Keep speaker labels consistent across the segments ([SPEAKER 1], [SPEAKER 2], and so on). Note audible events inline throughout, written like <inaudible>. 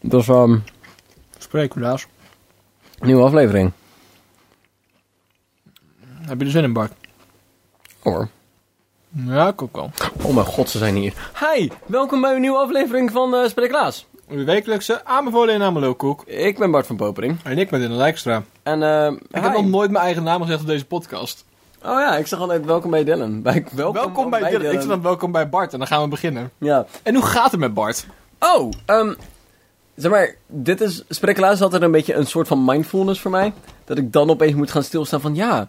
[SPEAKER 1] Dus ehm
[SPEAKER 2] Spreekulaas.
[SPEAKER 1] nieuwe aflevering.
[SPEAKER 2] Heb je er zin in, Bart?
[SPEAKER 1] Hoor.
[SPEAKER 2] Ja, ik ook wel.
[SPEAKER 1] Oh mijn god, ze zijn hier. Hi, welkom bij een nieuwe aflevering van eh Spreeklaas.
[SPEAKER 2] De wekelijkse aanbevolen in Amelo Koek.
[SPEAKER 1] Ik ben Bart van Popering.
[SPEAKER 2] En ik ben in de Lijkstra.
[SPEAKER 1] En eh
[SPEAKER 2] Ik heb nog nooit mijn eigen naam gezegd op deze podcast.
[SPEAKER 1] Oh ja, ik zag altijd welkom bij Dylan. Bij, welkom,
[SPEAKER 2] Welkom bij Dylan. Ik zeg dan welkom bij Bart en dan gaan we beginnen.
[SPEAKER 1] Ja.
[SPEAKER 2] En hoe gaat het met Bart?
[SPEAKER 1] Oh, ehm zeg maar, dit is, Spreeklaas is altijd een beetje een soort van mindfulness voor mij. Dat ik dan opeens moet gaan stilstaan van, ja,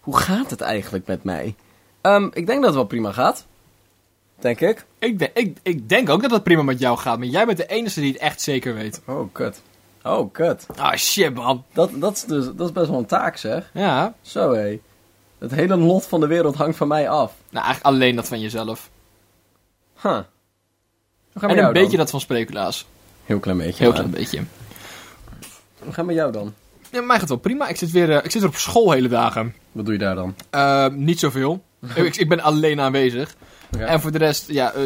[SPEAKER 1] hoe gaat het eigenlijk met mij? Ehm, ik denk dat het wel prima gaat. Denk ik.
[SPEAKER 2] Ik, denk- ik, ik denk ook dat het prima met jou gaat, maar jij bent de enige die het echt zeker weet.
[SPEAKER 1] Oh, kut. Oh, kut.
[SPEAKER 2] Ah, shit, man.
[SPEAKER 1] Dat, dat, is dus, dat is best wel een taak, zeg.
[SPEAKER 2] Ja,
[SPEAKER 1] Zo, hé. Het hele lot van de wereld hangt van mij af.
[SPEAKER 2] nou eigenlijk alleen dat van jezelf.
[SPEAKER 1] Huh. Hoe gaan we
[SPEAKER 2] En een beetje dat van Sprekulaas.
[SPEAKER 1] Heel klein beetje.
[SPEAKER 2] Heel klein beetje.
[SPEAKER 1] Hoe gaan we jou dan?
[SPEAKER 2] Ja, mij gaat wel prima. Ik zit weer, eh, ik zit weer op school hele dagen.
[SPEAKER 1] Wat doe je daar dan?
[SPEAKER 2] Eh, niet <laughs> zoveel. ik, ik ben alleen aanwezig. En voor de rest, ja, eh,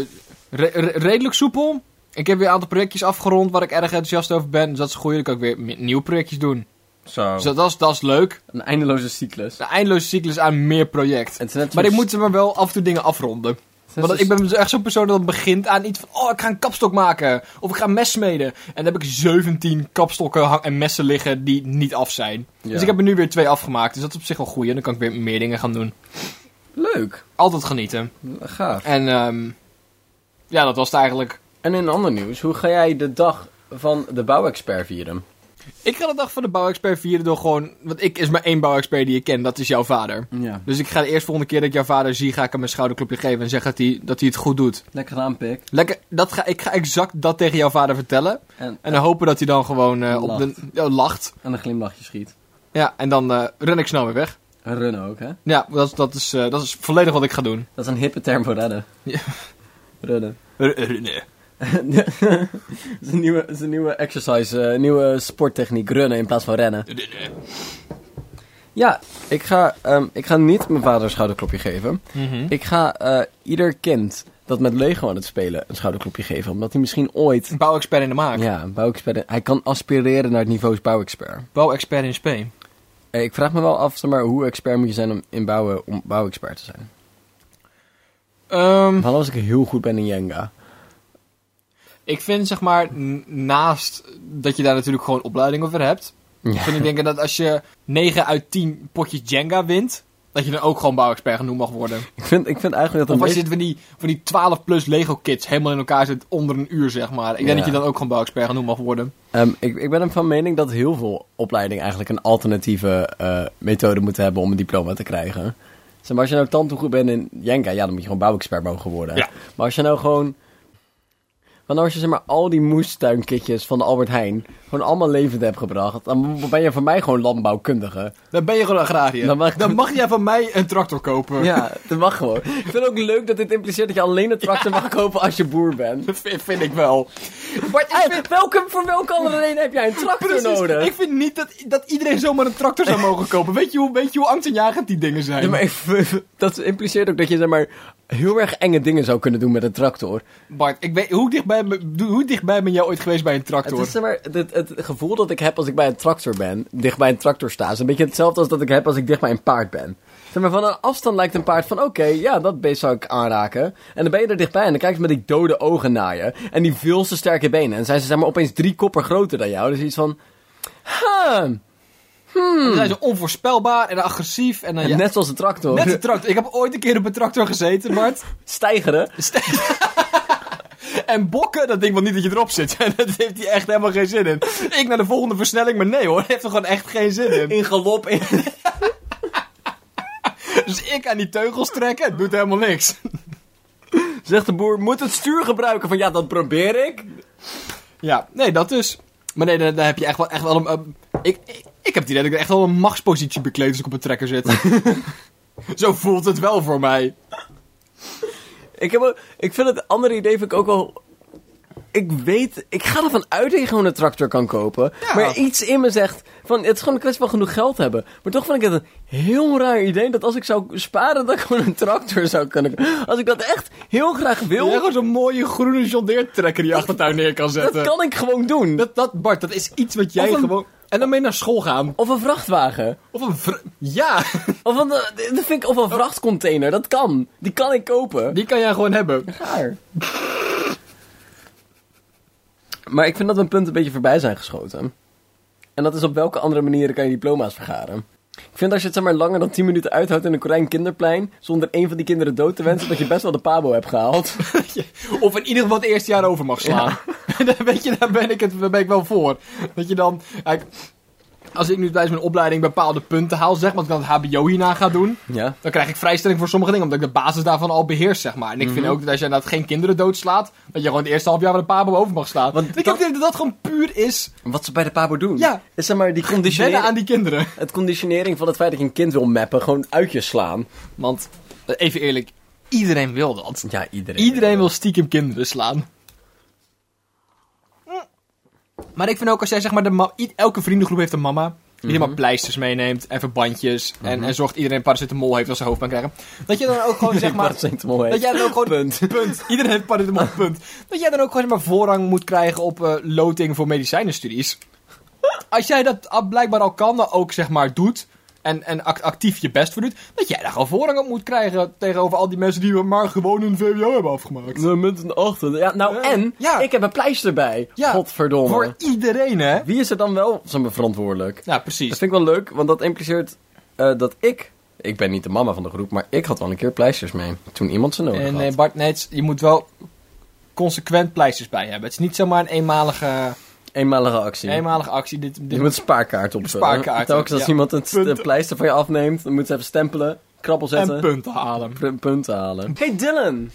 [SPEAKER 2] re- re- redelijk soepel. Ik heb weer een aantal projectjes afgerond waar ik erg enthousiast over ben. Dus dat is goed. Dan kan ik weer mi- nieuwe projectjes doen.
[SPEAKER 1] Oh. Zo.
[SPEAKER 2] Dus dat, dat is, dat is leuk.
[SPEAKER 1] Een eindeloze cyclus.
[SPEAKER 2] Een eindeloze cyclus aan meer project.
[SPEAKER 1] Het is net
[SPEAKER 2] Maar ik
[SPEAKER 1] zo'n-
[SPEAKER 2] moet er maar wel af en toe dingen afronden.
[SPEAKER 1] het is net
[SPEAKER 2] Want ik
[SPEAKER 1] zo'n-
[SPEAKER 2] ben echt zo'n persoon dat begint aan iets van... Oh, ik ga een kapstok maken. Of ik ga een mes smeden. En dan heb ik 17 kapstokken hang- en messen liggen die niet af zijn.
[SPEAKER 1] Ja.
[SPEAKER 2] Dus ik heb er nu weer twee afgemaakt. Dus dat is op zich wel goed. En dan kan ik weer meer dingen gaan doen.
[SPEAKER 1] Leuk.
[SPEAKER 2] Altijd genieten.
[SPEAKER 1] Gaaf.
[SPEAKER 2] En ehm, ja, dat was het eigenlijk.
[SPEAKER 1] En in ander nieuws, hoe ga jij de dag van de bouwexpert vieren?
[SPEAKER 2] Ik ga de dag van de bouwexpert vieren door gewoon... Want ik is maar één bouwexpert die ik ken. Dat is jouw vader.
[SPEAKER 1] Ja.
[SPEAKER 2] Dus ik ga de eerste volgende keer dat ik jouw vader zie... ga ik hem een schouderklopje geven en zeggen dat hij, dat hij het goed doet.
[SPEAKER 1] Lekker gedaan, pik.
[SPEAKER 2] Lekker, dat ga, ik ga exact dat tegen jouw vader vertellen.
[SPEAKER 1] En,
[SPEAKER 2] En dan hopen dat hij dan gewoon eh, op de, ja, lacht.
[SPEAKER 1] en een glimlachje schiet.
[SPEAKER 2] Ja, en dan eh, ren ik snel weer weg.
[SPEAKER 1] En runnen ook, hè?
[SPEAKER 2] Ja, dat, is- dat, is, eh, dat is volledig wat ik ga doen.
[SPEAKER 1] Dat is een hippe term voor redden.
[SPEAKER 2] Ja.
[SPEAKER 1] <laughs> Runnen. <laughs>
[SPEAKER 2] R- Rennen.
[SPEAKER 1] dat is een nieuwe, dat is een nieuwe exercise, eh, een nieuwe sporttechniek. Runnen in plaats van rennen.
[SPEAKER 2] Rennen.
[SPEAKER 1] Ja, ik ga, ehm, ik ga niet mijn vader een schouderklopje geven.
[SPEAKER 2] Mhm.
[SPEAKER 1] Ik ga eh, ieder kind dat met Lego aan het spelen een schouderklopje geven. Omdat hij misschien ooit...
[SPEAKER 2] Een bouwexpert in de maak.
[SPEAKER 1] Ja, een bouwexpert... Hij kan aspireren naar het niveau bouwexpert.
[SPEAKER 2] Bouwexpert in spe.
[SPEAKER 1] Eh, Ik vraag me wel af, zeg maar, hoe expert moet je zijn om in bouwen om bouwexpert te zijn?
[SPEAKER 2] Ehm,
[SPEAKER 1] Vooral als ik heel goed ben in Jenga.
[SPEAKER 2] Ik vind zeg maar, n- naast dat je daar natuurlijk gewoon opleiding over hebt,
[SPEAKER 1] Ja.
[SPEAKER 2] vind ik denken dat als je 9 uit 10 potjes Jenga wint, dat je dan ook gewoon bouwexpert genoemd mag
[SPEAKER 1] <laughs>
[SPEAKER 2] worden.
[SPEAKER 1] Ik vind, ik vind eigenlijk dat
[SPEAKER 2] Of
[SPEAKER 1] de
[SPEAKER 2] als
[SPEAKER 1] meest-
[SPEAKER 2] je het van die, van die 12 plus Lego kits helemaal in elkaar zit onder een uur, zeg maar. Ik denk
[SPEAKER 1] Ja.
[SPEAKER 2] dat je dan ook gewoon bouwexpert genoemd mag worden.
[SPEAKER 1] Ehm, ik, ik ben van mening dat heel veel opleidingen eigenlijk een alternatieve eh, methode moeten hebben om een diploma te krijgen. Zeg maar, als je nou tante goed bent in Jenga, ja, dan moet je gewoon bouwexpert mogen worden.
[SPEAKER 2] Ja.
[SPEAKER 1] Maar als je nou gewoon... Want als je zeg maar al die moestuinkitjes van de Albert Heijn gewoon allemaal levend hebt gebracht, dan ben je voor mij gewoon landbouwkundige.
[SPEAKER 2] Dan ben je gewoon agrariër. Dan
[SPEAKER 1] Dan
[SPEAKER 2] mag,
[SPEAKER 1] mag-
[SPEAKER 2] jij van mij een tractor kopen.
[SPEAKER 1] Ja, dat mag gewoon. Ik vind het ook leuk dat dit impliceert dat je alleen een tractor mag kopen als je boer bent.
[SPEAKER 2] <laughs> Dat vind, vind ik wel. Maar ik vind,
[SPEAKER 1] Hey, welke, voor welke andere reden heb jij een tractor
[SPEAKER 2] precies,
[SPEAKER 1] nodig?
[SPEAKER 2] ik vind niet dat, dat iedereen zomaar een tractor zou mogen kopen. Weet je hoe, weet je hoe angstaanjagend die dingen zijn?
[SPEAKER 1] Ja, maar ik- <laughs> dat impliceert ook dat je zeg maar, heel erg enge dingen zou kunnen doen met een tractor.
[SPEAKER 2] Bart, ik weet, hoe, dichtbij, me- doe- hoe dichtbij ben jij ooit geweest bij een
[SPEAKER 1] Het,
[SPEAKER 2] tractor?
[SPEAKER 1] is, zeg maar, het, het gevoel dat ik heb als ik bij een tractor ben, dicht bij een tractor sta, is een beetje hetzelfde als dat ik heb als ik dicht bij een paard ben. Zeg maar, van een afstand lijkt een paard van, oké, ja, dat beest zou ik aanraken. En dan ben je er dichtbij en dan kijkt ze met die dode ogen naar je. En die veel te sterke benen. En zijn ze zeg maar opeens drie koppen groter dan jou. Dus iets van, huh, eh,
[SPEAKER 2] Dan zijn ze onvoorspelbaar en agressief. En dan, ja, net,
[SPEAKER 1] net zoals een tractor. <laughs>
[SPEAKER 2] een tractor. Ik heb ooit een keer op een tractor gezeten, <laughs> Bart.
[SPEAKER 1] Stijgeren.
[SPEAKER 2] en bokken, dat ding wel niet dat je erop zit. <laughs> dat heeft hij echt helemaal geen zin in. Ik naar de volgende versnelling, maar nee hoor, <laughs> dat heeft er gewoon echt geen zin in.
[SPEAKER 1] In galop. In...
[SPEAKER 2] Dus ik aan die teugels trekken, het doet helemaal niks.
[SPEAKER 1] <laughs>
[SPEAKER 2] <laughs>
[SPEAKER 1] Zegt de boer, moet het stuur gebruiken? Van, ja, dat probeer ik.
[SPEAKER 2] Ja, nee, dat dus. Maar nee, daar, daar heb je echt wel, echt wel een... een- ik, ik, ik heb het idee dat ik echt wel een machtspositie bekleed als ik op een trekker zit. <laughs> Zo voelt het wel voor mij.
[SPEAKER 1] Ik, heb, ook- ik vind het andere idee vind ik ook wel ik weet, ik ga ervan uit dat je gewoon een tractor kan kopen.
[SPEAKER 2] Ja.
[SPEAKER 1] Maar iets in me zegt, van, het is gewoon een kwestie van genoeg geld hebben. Maar toch vond ik het een heel raar idee dat als ik zou sparen, dat ik gewoon een tractor zou kunnen Als ik dat echt heel graag wil,
[SPEAKER 2] Wil gewoon zo'n mooie groene jondeertrekker die je achtertuin neer kan zetten.
[SPEAKER 1] dat kan ik gewoon doen.
[SPEAKER 2] dat, dat, Bart, dat is iets wat jij
[SPEAKER 1] Of een-
[SPEAKER 2] gewoon... En dan mee naar school gaan.
[SPEAKER 1] Of een vrachtwagen.
[SPEAKER 2] Of een... vr- Ja, <laughs>
[SPEAKER 1] Of een, eh, dat vind ik, of een vrachtcontainer, dat kan. Die kan ik kopen.
[SPEAKER 2] die kan jij gewoon hebben. <laughs>
[SPEAKER 1] Raar. Maar ik vind dat we een punt een beetje voorbij zijn geschoten. En dat is op welke andere manieren kan je diploma's vergaren. Ik vind als je het zeg maar langer dan 10 minuten uithoudt in een Korijn kinderplein... zonder één van die kinderen dood te wensen, dat je best wel de pabo hebt
[SPEAKER 2] <laughs>
[SPEAKER 1] gehaald.
[SPEAKER 2] Of in ieder geval het eerste jaar over mag slaan. <laughs> Daar Weet je, daar ben ik, het, daar ben ik wel voor. Dat je dan... kijk, als ik nu tijdens mijn opleiding bepaalde punten haal, zeg maar, dat ik dan het hbo hierna ga doen...
[SPEAKER 1] Ja.
[SPEAKER 2] Dan krijg ik vrijstelling voor sommige dingen, omdat ik de basis daarvan al beheers, zeg maar. En ik
[SPEAKER 1] Mhm.
[SPEAKER 2] vind ook dat als je inderdaad geen kinderen doodslaat, dat je gewoon het eerste half jaar met een pabo over mag slaan.
[SPEAKER 1] Want
[SPEAKER 2] Want
[SPEAKER 1] dat-
[SPEAKER 2] ik heb het idee dat dat gewoon puur is
[SPEAKER 1] Wat ze bij de pabo doen,
[SPEAKER 2] Ja.
[SPEAKER 1] is zeg maar die
[SPEAKER 2] wennen
[SPEAKER 1] conditionering,
[SPEAKER 2] aan die kinderen.
[SPEAKER 1] het conditionering van het feit dat je een kind wil mappen... gewoon uit je slaan.
[SPEAKER 2] Want, eh, even eerlijk, iedereen wil dat.
[SPEAKER 1] Ja, iedereen. <laughs>
[SPEAKER 2] Iedereen wil stiekem kinderen slaan. Maar ik vind ook als jij zeg maar de ma- i- elke vriendengroep heeft een mama. Die helemaal pleisters meeneemt en verbandjes. En, en zorgt dat iedereen paracetamol heeft als ze hoofdpijn krijgen. Dat je dan ook <laughs> gewoon zeg maar.
[SPEAKER 1] Paracetamol heeft.
[SPEAKER 2] Dat jij dan ook gewoon.
[SPEAKER 1] Punt.
[SPEAKER 2] punt. <laughs> Iedereen heeft paracetamol, punt. Dat jij dan ook gewoon zeg maar voorrang moet krijgen op eh, loting voor medicijnenstudies. Als jij dat al- blijkbaar al kan, dan ook zeg maar doet. En, en act- actief je best voor doet. Dat jij daar gewoon voorrang op moet krijgen tegenover al die mensen die maar gewoon een VWO hebben afgemaakt.
[SPEAKER 1] Nou, Met een ochtend. Ja, nou,
[SPEAKER 2] Ja.
[SPEAKER 1] en
[SPEAKER 2] Ja.
[SPEAKER 1] ik heb een pleister bij.
[SPEAKER 2] Ja.
[SPEAKER 1] Godverdomme.
[SPEAKER 2] Voor iedereen, hè?
[SPEAKER 1] Wie is er dan wel zeg maar, verantwoordelijk?
[SPEAKER 2] Ja,
[SPEAKER 1] Dat
[SPEAKER 2] precies.
[SPEAKER 1] vind ik wel leuk, want dat impliceert eh, dat ik... Ik ben niet de mama van de groep, maar ik had wel een keer pleisters mee. Toen iemand ze nodig
[SPEAKER 2] En
[SPEAKER 1] had.
[SPEAKER 2] nee, Bart, nee, het is- je moet wel consequent pleisters bij hebben. Het is niet zomaar een eenmalige,
[SPEAKER 1] Eenmalige actie.
[SPEAKER 2] eenmalige actie. Dit, dit-
[SPEAKER 1] Je moet een spaarkaart opvullen.
[SPEAKER 2] Spaarkaart,
[SPEAKER 1] Telkens als
[SPEAKER 2] ja.
[SPEAKER 1] iemand het
[SPEAKER 2] Punten.
[SPEAKER 1] de pleister van je afneemt, dan moet ze even stempelen, krabbel
[SPEAKER 2] en
[SPEAKER 1] zetten,
[SPEAKER 2] punten halen.
[SPEAKER 1] pu- punten halen. Hey Dylan,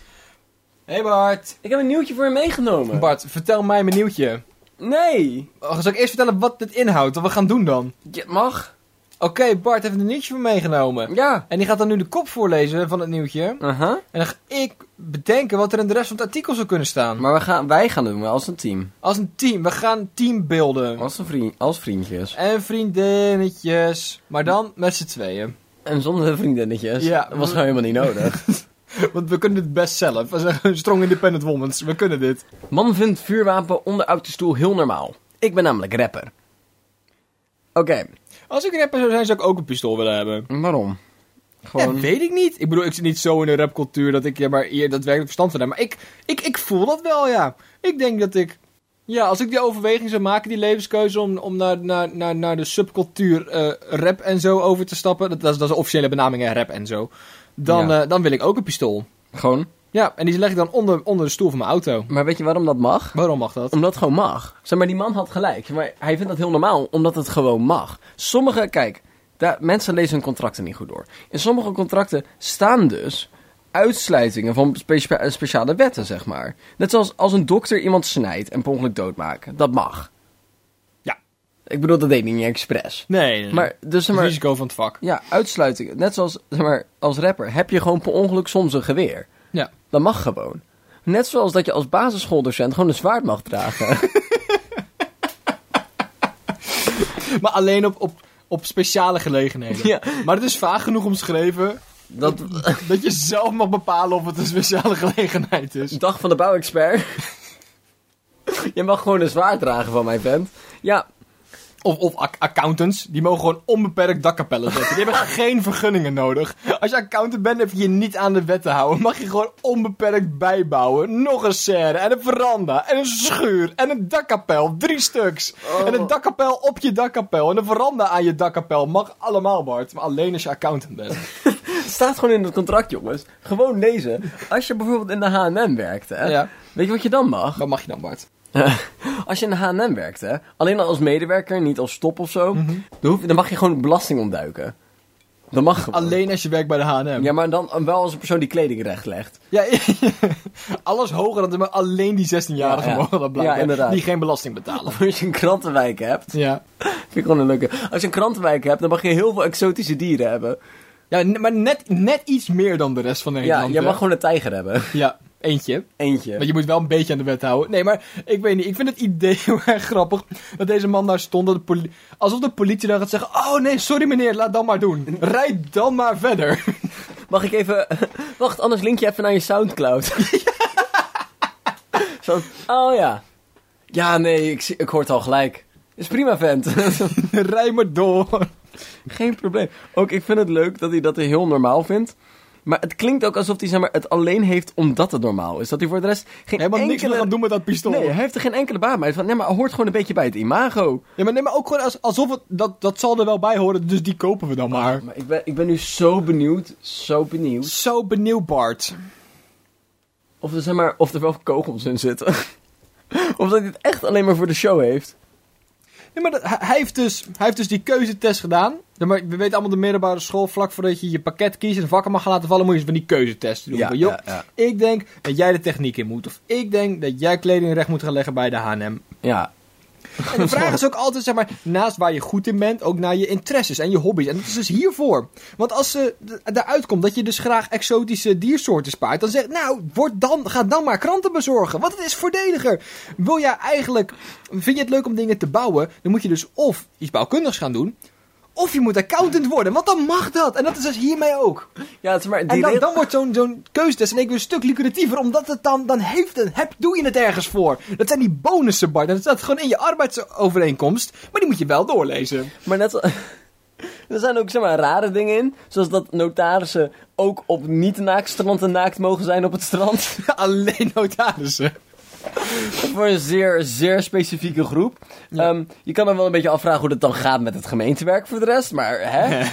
[SPEAKER 2] hey Bart.
[SPEAKER 1] ik heb een nieuwtje voor je meegenomen.
[SPEAKER 2] Bart, vertel mij mijn nieuwtje.
[SPEAKER 1] Nee,
[SPEAKER 2] Oh, Zal ik eerst vertellen wat dit inhoudt? Wat we gaan doen dan?
[SPEAKER 1] je mag.
[SPEAKER 2] Oké, Bart heeft een nieuwtje voor meegenomen.
[SPEAKER 1] Ja.
[SPEAKER 2] En die gaat dan nu de kop voorlezen van het nieuwtje.
[SPEAKER 1] Aha.
[SPEAKER 2] En dan ga ik bedenken wat er in de rest van het artikel zou kunnen staan.
[SPEAKER 1] Maar we gaan, wij gaan doen, als een team.
[SPEAKER 2] Als een team. We gaan team beelden.
[SPEAKER 1] Als, een vriend, als vriendjes.
[SPEAKER 2] En vriendinnetjes. Maar dan met z'n tweeën. <laughs>
[SPEAKER 1] En zonder vriendinnetjes.
[SPEAKER 2] Ja.
[SPEAKER 1] Dat was gewoon helemaal niet nodig.
[SPEAKER 2] Want we kunnen dit best zelf. We zijn strong independent womens. We kunnen dit.
[SPEAKER 1] Man vindt vuurwapen onder autostoel heel normaal. Ik ben namelijk rapper. Oké,
[SPEAKER 2] Als ik een rapper zou zijn, zou ik ook een pistool willen hebben.
[SPEAKER 1] waarom?
[SPEAKER 2] Dat
[SPEAKER 1] Gewoon...
[SPEAKER 2] weet ik niet. Ik bedoel, ik zit niet zo in de rapcultuur dat ik ja, maar hier daadwerkelijk verstand van heb. Maar ik, ik, ik voel dat wel, ja. Ik denk dat ik... Ja, als ik die overweging zou maken, die levenskeuze om, om naar, naar, naar, naar de subcultuur eh, rap en zo over te stappen. Dat, dat, is, dat is de officiële benaming, hè, rap en zo. Dan,
[SPEAKER 1] Ja.
[SPEAKER 2] eh, dan wil ik ook een pistool.
[SPEAKER 1] Gewoon.
[SPEAKER 2] Ja, en die leg ik dan onder, onder de stoel van mijn auto.
[SPEAKER 1] Maar weet je waarom dat mag?
[SPEAKER 2] Waarom mag dat?
[SPEAKER 1] Omdat het gewoon mag. Zeg maar, die man had gelijk. Maar hij vindt dat heel normaal, omdat het gewoon mag. Sommige, kijk, daar, mensen lezen hun contracten niet goed door. In sommige contracten staan dus uitsluitingen van spe- eh, speciale wetten, zeg maar. Net zoals als een dokter iemand snijdt en per ongeluk doodmaken. Dat mag.
[SPEAKER 2] Ja.
[SPEAKER 1] Ik bedoel, dat deed hij niet expres.
[SPEAKER 2] Nee, nee.
[SPEAKER 1] Maar, dus zeg
[SPEAKER 2] Het
[SPEAKER 1] maar,
[SPEAKER 2] risico van het vak.
[SPEAKER 1] ja, uitsluitingen. Net zoals <laughs> zeg maar, als rapper heb je gewoon per ongeluk soms een geweer.
[SPEAKER 2] Ja.
[SPEAKER 1] Dat mag gewoon. Net zoals dat je als basisschooldocent gewoon een zwaard mag dragen.
[SPEAKER 2] Maar alleen op, op, op speciale gelegenheden.
[SPEAKER 1] Ja.
[SPEAKER 2] Maar het is vaag genoeg omschreven
[SPEAKER 1] <laughs> Dat
[SPEAKER 2] dat je zelf mag bepalen of het een speciale gelegenheid is.
[SPEAKER 1] dag van de bouwexpert. <laughs> je mag gewoon een zwaard dragen van mijn vent. Ja,
[SPEAKER 2] Of, of ac- accountants, die mogen gewoon onbeperkt dakkapellen zetten. Die <laughs> hebben geen vergunningen nodig. Als je accountant bent, heb je je niet aan de wet te houden. Mag je gewoon onbeperkt bijbouwen. Nog een serre en een veranda en een schuur en een dakkapel. Drie stuks. En een dakkapel op je dakkapel. En een veranda aan je dakkapel. Mag allemaal, Bart. Maar alleen als je accountant bent.
[SPEAKER 1] het staat gewoon in het contract, jongens. Gewoon lezen. Als je bijvoorbeeld in de H&M werkt, hè.
[SPEAKER 2] Ja.
[SPEAKER 1] Weet je wat je dan <laughs> mag?
[SPEAKER 2] Wat mag je dan, Bart?
[SPEAKER 1] als je in de H&M werkt, hè. Alleen al als medewerker, niet als top of zo. dan, hoef je- dan mag je gewoon belasting ontduiken. Dat mag gewoon.
[SPEAKER 2] Alleen als je werkt bij de H&M.
[SPEAKER 1] Ja, maar dan eh, wel als een persoon die kleding rechtlegt.
[SPEAKER 2] Ja, <laughs> alles hoger dan maar alleen die 16-jarigen
[SPEAKER 1] Ja, ja.
[SPEAKER 2] mogen dat blijven.
[SPEAKER 1] Ja, inderdaad.
[SPEAKER 2] Die geen belasting betalen.
[SPEAKER 1] <laughs> Als je een krantenwijk hebt,
[SPEAKER 2] Ja.
[SPEAKER 1] vind ik gewoon een leuke. Als je een krantenwijk hebt, dan mag je heel veel exotische dieren hebben.
[SPEAKER 2] ja n- maar net, net iets meer dan de rest van
[SPEAKER 1] Ja,
[SPEAKER 2] Nederland.
[SPEAKER 1] je
[SPEAKER 2] hè?
[SPEAKER 1] mag gewoon een tijger hebben. <laughs>
[SPEAKER 2] Ja. Eentje.
[SPEAKER 1] Eentje.
[SPEAKER 2] Want je moet wel een beetje aan de wet houden. Nee, maar ik weet niet. Ik vind het idee <laughs> heel erg grappig. Dat deze man daar stond. Dat de poli- Alsof de politie dan gaat zeggen. Oh nee, sorry meneer. Laat dan maar doen. Rijd dan maar verder. <laughs>
[SPEAKER 1] Mag ik even... <laughs> Wacht, anders link je even naar je
[SPEAKER 2] <laughs>
[SPEAKER 1] Soundcloud. Zo, oh ja. Ja, nee, ik, zie- ik hoor het al gelijk. Is prima, vent. <laughs>
[SPEAKER 2] Rij maar door.
[SPEAKER 1] Geen probleem. Ook ik vind het leuk dat hij dat heel normaal vindt. Maar het klinkt ook alsof hij zeg maar, het alleen heeft omdat het normaal is. Dat hij voor de rest geen
[SPEAKER 2] Helemaal niks
[SPEAKER 1] enkele...
[SPEAKER 2] meer gaan doen met dat pistool.
[SPEAKER 1] Nee, hij heeft er geen enkele baat mee. Van, nee, maar het hoort gewoon een beetje bij het imago.
[SPEAKER 2] Ja, maar, nee, maar ook gewoon als- alsof het... Dat, dat zal er wel bij horen. Dus die kopen we dan maar.
[SPEAKER 1] Maar ik ben, ik ben nu zo benieuwd, zo benieuwd.
[SPEAKER 2] Zo benieuwd, Bart.
[SPEAKER 1] Of er, zeg maar, of er wel kogels in zitten. <laughs> of dat hij het echt alleen maar voor de show heeft.
[SPEAKER 2] Ja, maar dat- hij, hij heeft dus, hij heeft dus die keuzetest gedaan. Ja, maar we weten allemaal de middelbare school, vlak voordat je je pakket kiest en vakken mag gaan laten vallen, moet je dus van die keuzetesten doen.
[SPEAKER 1] Ja,
[SPEAKER 2] Van, joh,
[SPEAKER 1] ja, ja.
[SPEAKER 2] Ik denk dat jij de techniek in moet. Of ik denk dat jij kleding recht moet gaan leggen bij de H&M.
[SPEAKER 1] Ja,
[SPEAKER 2] En de vraag is ook altijd, zeg maar, naast waar je goed in bent, ook naar je interesses en je hobby's. En dat is dus hiervoor. Want als ze d- eruit komt dat je dus graag exotische diersoorten spaart, dan zegt, nou, word dan, ga dan maar kranten bezorgen. Want het is voordeliger. Wil jij eigenlijk, vind je het leuk om dingen te bouwen, dan moet je dus of iets bouwkundigs gaan doen, of je moet accountant worden. Want dan mag dat. En dat is dus hiermee ook.
[SPEAKER 1] ja het is maar...
[SPEAKER 2] En
[SPEAKER 1] die
[SPEAKER 2] dan,
[SPEAKER 1] regel-
[SPEAKER 2] dan wordt zo'n zo'n keuzetest in één keer een stuk lucratiever, omdat het dan, dan heeft het, heb, doe je het ergens voor. Dat zijn die bonussen, Bart. Dat staat gewoon in je arbeidsovereenkomst, maar die moet je wel doorlezen.
[SPEAKER 1] Maar net zo- <laughs> Er zijn ook zeg maar, rare dingen in. Zoals dat notarissen ook op niet-naaktstranten naakt mogen zijn op het strand.
[SPEAKER 2] Alleen notarissen.
[SPEAKER 1] <laughs> Voor een zeer, zeer specifieke groep. Ehm, je kan dan wel een beetje afvragen hoe dat dan gaat met het gemeentewerk voor de rest. Maar <laughs> hè?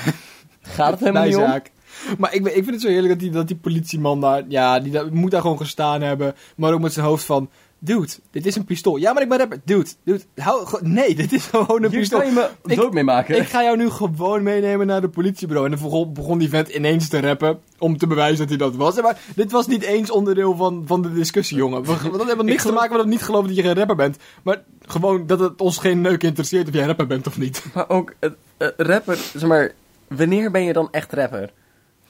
[SPEAKER 1] gaat het helemaal niet om?
[SPEAKER 2] Bijzaak. Maar ik, ben- ik vind het zo heerlijk dat die, dat die politieman daar, ja, die daar- moet daar gewoon gestaan hebben. Maar ook met zijn hoofd van, dude, dit is een pistool. Ja, maar ik ben rapper. Dude, dude, hou, ge- nee, <laughs> dit is gewoon een
[SPEAKER 1] Hier
[SPEAKER 2] pistool.
[SPEAKER 1] kan je me
[SPEAKER 2] Ik-
[SPEAKER 1] dood mee maken.
[SPEAKER 2] Ik ga jou nu gewoon meenemen naar de politiebureau. En dan begon, begon die vent ineens te rappen. Om te bewijzen dat hij dat was. Maar dit was niet eens onderdeel van, van de discussie, jongen. We, want dat heeft niks te maken met dat we niet geloven dat je geen rapper bent. Maar gewoon dat het ons geen neuk interesseert of jij rapper bent of niet.
[SPEAKER 1] Maar ook, eh, eh, rapper, zeg maar, wanneer ben je dan echt rapper?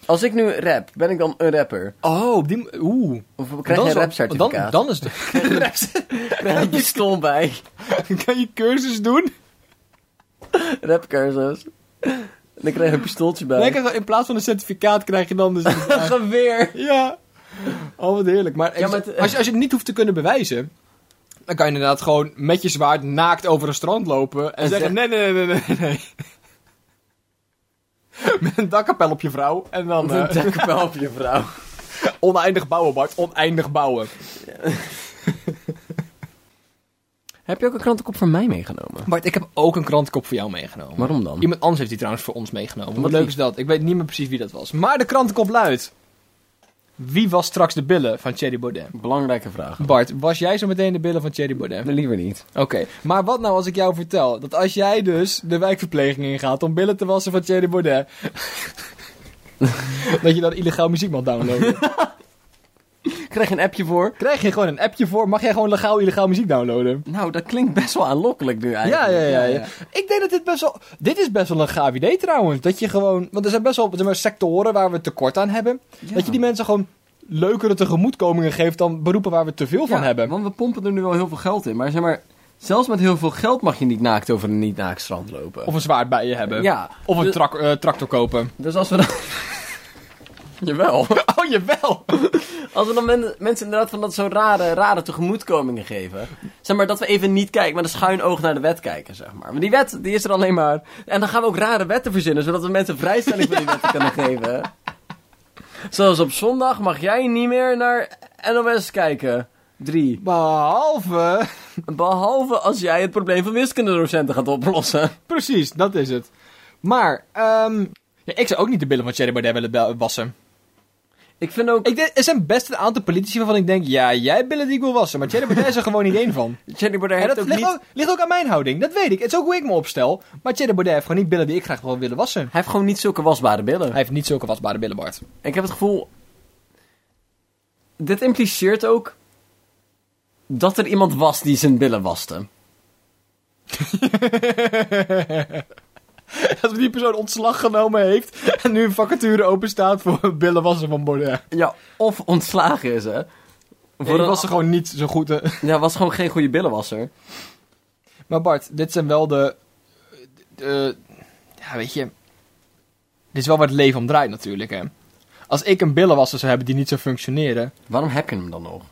[SPEAKER 1] Als ik nu rap, ben ik dan een rapper?
[SPEAKER 2] Oh, die. Oeh.
[SPEAKER 1] Of krijg je een rapcertificaat?
[SPEAKER 2] Dan, dan is de.
[SPEAKER 1] krijg <laughs> ik een pistool bij.
[SPEAKER 2] <laughs> kan je cursus doen?
[SPEAKER 1] Rapcursus. En dan krijg je een pistooltje bij.
[SPEAKER 2] Lekker, in plaats van een certificaat krijg je dan
[SPEAKER 1] <laughs>
[SPEAKER 2] dus.
[SPEAKER 1] Een geweer.
[SPEAKER 2] Ja. Oh, wat heerlijk. Maar,
[SPEAKER 1] Ja, maar het-
[SPEAKER 2] als, je, als je het niet hoeft te kunnen bewijzen... dan kan je inderdaad gewoon met je zwaard naakt over een strand lopen... en,
[SPEAKER 1] En
[SPEAKER 2] zeggen... nee, nee, nee, nee, nee, nee. <laughs> met een dakkapel op je vrouw... en dan
[SPEAKER 1] Een
[SPEAKER 2] eh,
[SPEAKER 1] dakkapel op je vrouw.
[SPEAKER 2] oneindig bouwen, Bart. Oneindig bouwen.
[SPEAKER 1] Heb je ook een krantenkop voor mij meegenomen?
[SPEAKER 2] Bart, ik heb ook een krantenkop voor jou meegenomen.
[SPEAKER 1] Waarom dan?
[SPEAKER 2] Iemand anders heeft die trouwens voor ons meegenomen. Hm. Wat
[SPEAKER 1] Wat
[SPEAKER 2] leuk
[SPEAKER 1] lief.
[SPEAKER 2] is dat. Ik weet niet meer precies wie dat was. Maar de krantenkop luidt... Wie was straks de billen van Thierry Baudet?
[SPEAKER 1] Belangrijke vraag.
[SPEAKER 2] Bart, was jij zo meteen de billen van Thierry Baudet?
[SPEAKER 1] Liever niet.
[SPEAKER 2] Oké, maar wat nou als ik jou vertel dat als jij dus de wijkverpleging ingaat om billen te wassen van Thierry Baudet, <laughs> dat je dan illegaal muziek mag <laughs> downloaden?
[SPEAKER 1] Krijg je een appje voor?
[SPEAKER 2] Krijg je gewoon een appje voor, mag jij gewoon legaal illegaal muziek downloaden?
[SPEAKER 1] Nou, dat klinkt best wel aanlokkelijk nu
[SPEAKER 2] Ja,
[SPEAKER 1] eigenlijk.
[SPEAKER 2] ja, ja, ja. Ik denk dat dit best wel. Dit is best wel een gaaf idee trouwens. Dat je gewoon. Want er zijn best wel zeg maar, sectoren waar we tekort aan hebben.
[SPEAKER 1] Ja.
[SPEAKER 2] Dat je die mensen gewoon leukere tegemoetkomingen geeft dan beroepen waar we te veel van
[SPEAKER 1] Ja,
[SPEAKER 2] hebben.
[SPEAKER 1] Want we pompen er nu wel heel veel geld in. Maar zeg maar, zelfs met heel veel geld mag je niet naakt over een niet-naakt strand lopen.
[SPEAKER 2] Of eh, een zwaard bij je hebben.
[SPEAKER 1] Ja.
[SPEAKER 2] Of een
[SPEAKER 1] De-
[SPEAKER 2] trak- eh, tractor
[SPEAKER 1] <laughs>
[SPEAKER 2] kopen.
[SPEAKER 1] Dus als we
[SPEAKER 2] <laughs>
[SPEAKER 1] dan... Jawel.
[SPEAKER 2] Oh, jawel!
[SPEAKER 1] Als we dan men- mensen inderdaad van dat zo rare, rare tegemoetkomingen geven. Zeg maar dat we even niet kijken, met een schuin oog naar de wet kijken, zeg maar. Maar die wet, die is er alleen maar. En dan gaan we ook rare wetten verzinnen, zodat we mensen vrijstelling van die wetten
[SPEAKER 2] <laughs>
[SPEAKER 1] kunnen geven. Zoals op zondag mag jij niet meer naar NOS kijken. Drie.
[SPEAKER 2] Behalve.
[SPEAKER 1] Behalve als jij het probleem van wiskundedocenten gaat oplossen.
[SPEAKER 2] Precies, dat is het. Maar, ehm, ja, ik zou ook niet de billen van Thierry Baudet willen bel- wassen.
[SPEAKER 1] Ik vind ook...
[SPEAKER 2] Ik denk, er zijn best een aantal politici waarvan ik denk, ja, jij billen die ik wil wassen. Maar Thierry Baudet is er gewoon niet één
[SPEAKER 1] <laughs>
[SPEAKER 2] van.
[SPEAKER 1] Jenny Baudet
[SPEAKER 2] En
[SPEAKER 1] heeft
[SPEAKER 2] dat
[SPEAKER 1] ook
[SPEAKER 2] ligt,
[SPEAKER 1] niet...
[SPEAKER 2] ook, ligt ook aan mijn houding, dat weet ik. Het is ook hoe ik me opstel. Maar Thierry Baudet heeft gewoon niet billen die ik graag wil willen wassen.
[SPEAKER 1] Hij heeft gewoon niet zulke wasbare billen.
[SPEAKER 2] Hij heeft niet zulke wasbare billen, Bart.
[SPEAKER 1] Ik heb het gevoel. Dit impliceert ook. dat er iemand was die zijn billen waste.
[SPEAKER 2] <laughs> Als die persoon ontslag genomen heeft en nu een vacature openstaat voor billen wassen van Baudet.
[SPEAKER 1] Ja, of ontslagen is, hè?
[SPEAKER 2] Voor
[SPEAKER 1] Voor
[SPEAKER 2] ik
[SPEAKER 1] een-
[SPEAKER 2] was er gewoon niet zo goed. eh.
[SPEAKER 1] Ja, was gewoon geen goede billenwasser.
[SPEAKER 2] Maar Bart, dit zijn wel de... eh, eh, ja, weet je... Dit is wel waar het leven om draait natuurlijk, hè. Als ik een billenwasser zou hebben die niet zou functioneren...
[SPEAKER 1] Waarom heb je hem dan nog?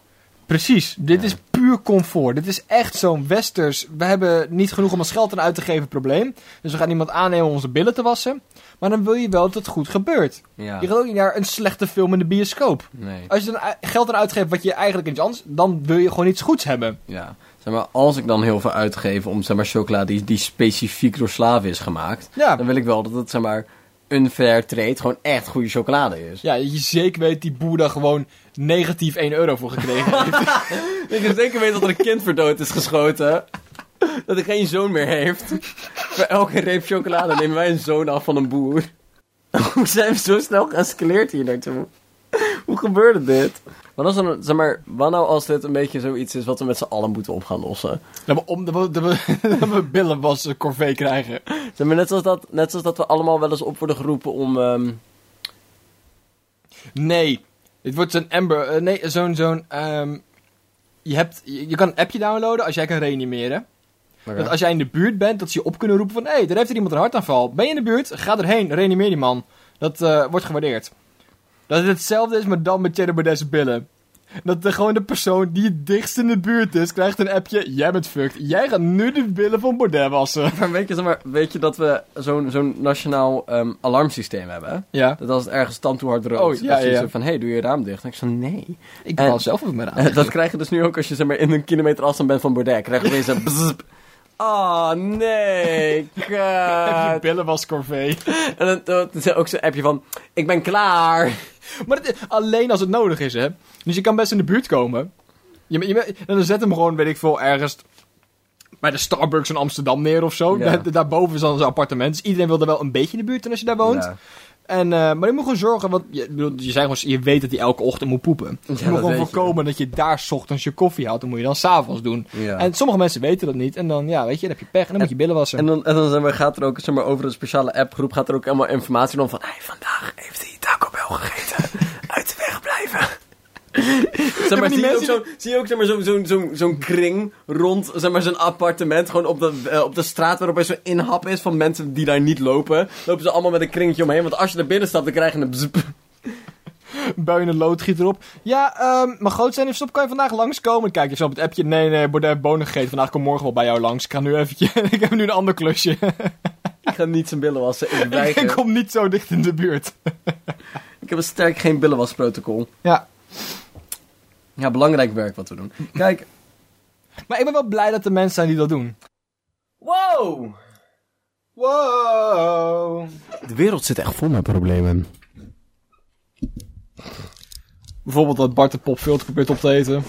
[SPEAKER 2] Precies, dit
[SPEAKER 1] Ja.
[SPEAKER 2] is puur comfort. Dit is echt zo'n westers... We hebben niet genoeg om ons geld aan uit te geven probleem. Dus we gaan iemand aannemen om onze billen te wassen. Maar dan wil je wel dat het goed gebeurt.
[SPEAKER 1] Ja.
[SPEAKER 2] Je gaat ook niet naar een slechte film in de bioscoop.
[SPEAKER 1] Nee.
[SPEAKER 2] Als je dan u- geld aan uitgeeft wat je eigenlijk in iets anders... Dan wil je gewoon iets goeds hebben.
[SPEAKER 1] Ja. Zeg maar, als ik dan heel veel uitgeef om zeg maar, chocola die, die specifiek door slaven is gemaakt,
[SPEAKER 2] Ja.
[SPEAKER 1] dan wil ik wel dat het zeg maar, unfair trade gewoon echt goede chocolade is.
[SPEAKER 2] Ja, dat je zeker weet die boer daar gewoon negatief 1 euro voor gekregen <laughs> heeft.
[SPEAKER 1] Ik heb zeker weten dat er een kind verdood is geschoten. Dat hij geen zoon meer heeft. Voor elke reep chocolade nemen wij een zoon af van een boer. Hoe zijn we zo snel geëscaleerd hier naartoe? Hoe gebeurde dit? Maar, als dan, zeg maar, wat nou als dit een beetje zoiets is wat we met z'n allen moeten op gaan lossen?
[SPEAKER 2] Dat we, Nou, om, dat we, dat we, <laughs> dat we billen was een corvée krijgen.
[SPEAKER 1] Zeg maar, net zoals dat, net zoals dat we allemaal wel eens op worden geroepen om... ehm,
[SPEAKER 2] Nee, dit wordt zo'n Amber... eh, nee, zo'n... zo'n ehm, je, hebt, je, je kan een appje downloaden als jij kan reanimeren. Dat als jij in de buurt bent, dat ze je op kunnen roepen van... Hé, hey, daar heeft er iemand een hartaanval. Ben je in de buurt? Ga erheen, reanimeer die man. Dat eh, wordt gewaardeerd. Dat het hetzelfde is, maar dan met Cheddar Baudes billen. Dat de, gewoon de persoon die het dichtst in de buurt is, krijgt een appje. Jij bent fucked. Jij gaat nu de billen van Baudet wassen.
[SPEAKER 1] Maar weet je, zeg maar, weet je dat we zo'n zo'n nationaal ehm, alarmsysteem hebben?
[SPEAKER 2] Ja.
[SPEAKER 1] Dat als het ergens tand toe hard
[SPEAKER 2] Oh,
[SPEAKER 1] rookt,
[SPEAKER 2] ja,
[SPEAKER 1] dat je
[SPEAKER 2] ja, ja.
[SPEAKER 1] zo van, hé, hey, doe je raam dicht? En ik zo, nee. <laughs>
[SPEAKER 2] Ik
[SPEAKER 1] En-
[SPEAKER 2] val zelf op mijn raam.
[SPEAKER 1] Eh, dat krijg je dus nu ook als je zeg maar, in een kilometer afstand bent van Baudet. Krijg je opeens een bzzp. Oh nee,
[SPEAKER 2] Heb je <laughs>
[SPEAKER 1] kut.
[SPEAKER 2] billen was corvée.
[SPEAKER 1] En dan, dan, dan zei ook zo'n appje van, ik ben klaar.
[SPEAKER 2] <laughs> Maar het, alleen als het nodig is, hè. Dus je kan best in de buurt komen. Je, je, en dan zet hem gewoon, weet ik veel, ergens bij de Starbucks in Amsterdam neer of zo.
[SPEAKER 1] Ja.
[SPEAKER 2] Daar- daarboven is dan zijn appartement. Dus iedereen wil er wel een beetje in de buurt zijn als je daar woont. En, eh, maar je moet gewoon zorgen, want je, ik bedoel, je, zei gewoon, je weet dat hij elke ochtend moet poepen.
[SPEAKER 1] Ja,
[SPEAKER 2] je moet
[SPEAKER 1] dat
[SPEAKER 2] gewoon
[SPEAKER 1] weet je.
[SPEAKER 2] voorkomen dat je daar 's ochtends je koffie houdt. Dat moet je dan s'avonds doen.
[SPEAKER 1] Ja.
[SPEAKER 2] En sommige mensen weten dat niet. En dan, ja, weet je, dan heb je pech en dan moet je billen wassen.
[SPEAKER 1] En dan, en dan zeg maar, gaat er ook zeg maar, over een speciale appgroep gaat er ook allemaal informatie om van... Hey, vandaag heeft hij Taco Bell gegeten. <laughs> Uit de weg blijven. zeg maar,
[SPEAKER 2] maar die
[SPEAKER 1] zie, je ook
[SPEAKER 2] mensen
[SPEAKER 1] zo, zie je ook zeg maar, zo, zo, zo, zo'n kring rond zeg maar, zijn appartement? Gewoon op de, eh, op de straat waarop er zo'n inhap is van mensen die daar niet lopen. Lopen ze allemaal met een kringetje omheen. Want als je naar binnen stapt, dan krijg je een... bzzp.
[SPEAKER 2] buien en loodgiet erop. Ja, ehm mijn grootste stop kan je vandaag langskomen? Kijk, je zo op het appje. Nee, nee, Baudet heeft bonen gegeten. Vandaag kom ik morgen wel bij jou langs. Ik ga nu eventjes. <laughs> ik heb nu een ander klusje. <laughs>
[SPEAKER 1] Ik ga niet zijn billen wassen. <laughs> Ik, weiger.
[SPEAKER 2] ik
[SPEAKER 1] ik,
[SPEAKER 2] kom niet zo dicht in de buurt. <laughs>
[SPEAKER 1] heb een sterk geen billenwasprotocol.
[SPEAKER 2] ja.
[SPEAKER 1] Ja, belangrijk werk wat we doen. Kijk.
[SPEAKER 2] Maar ik ben wel blij dat er mensen zijn die dat doen.
[SPEAKER 1] Wow!
[SPEAKER 2] Wow.
[SPEAKER 1] De wereld zit echt vol met problemen.
[SPEAKER 2] Bijvoorbeeld dat Bart de pop filter probeert op te eten.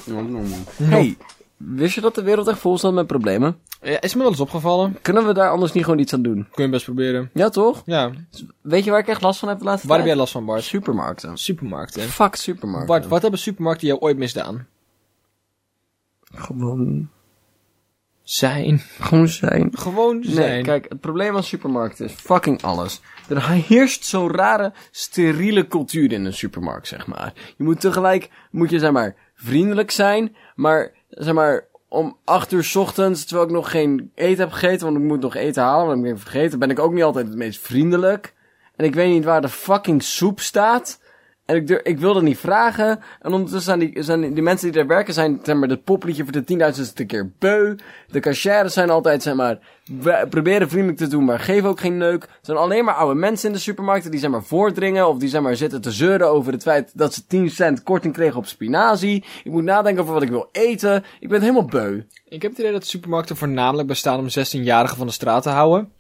[SPEAKER 1] Hey, wist je dat de wereld echt vol staat met problemen?
[SPEAKER 2] Ja, is me wel eens opgevallen.
[SPEAKER 1] Kunnen we daar anders niet gewoon iets aan doen?
[SPEAKER 2] Kun je best proberen.
[SPEAKER 1] Ja, toch?
[SPEAKER 2] Ja.
[SPEAKER 1] Weet je waar ik echt last van heb de laatste
[SPEAKER 2] Waar heb jij
[SPEAKER 1] tijd?
[SPEAKER 2] last van, Bart?
[SPEAKER 1] Supermarkten.
[SPEAKER 2] Supermarkten.
[SPEAKER 1] Fuck supermarkten.
[SPEAKER 2] Bart, wat hebben supermarkten jou ooit misdaan?
[SPEAKER 1] Gewoon,
[SPEAKER 2] Zijn.
[SPEAKER 1] gewoon zijn.
[SPEAKER 2] Gewoon zijn.
[SPEAKER 1] Nee, kijk, het probleem aan supermarkten is fucking alles. Er heerst zo'n rare, steriele cultuur in een supermarkt, zeg maar. Je moet tegelijk, moet je zeg maar, vriendelijk zijn, maar zeg maar, om acht uur 's ochtends, terwijl ik nog geen eten heb gegeten, want ik moet nog eten halen, want ik ben vergeten, ben ik ook niet altijd het meest vriendelijk. En ik weet niet waar de fucking soep staat. En ik, durf- ik wil dat niet vragen. En ondertussen zijn die, zijn die, die mensen die daar werken, zijn zeg maar, dat popliedje voor de tienduizendste keer beu. De cashiers zijn altijd, zeg maar, we- proberen vriendelijk te doen, maar geven ook geen neuk. Er zijn alleen maar oude mensen in de supermarkten die, zeg maar, voordringen. Of die, zeg maar, zitten te zeuren over het feit dat ze 10 cent korting kregen op spinazie. Ik moet nadenken over wat ik wil eten. Ik ben helemaal beu.
[SPEAKER 2] Ik heb het idee dat supermarkten voornamelijk bestaan om 16-jarigen van de straat te houden.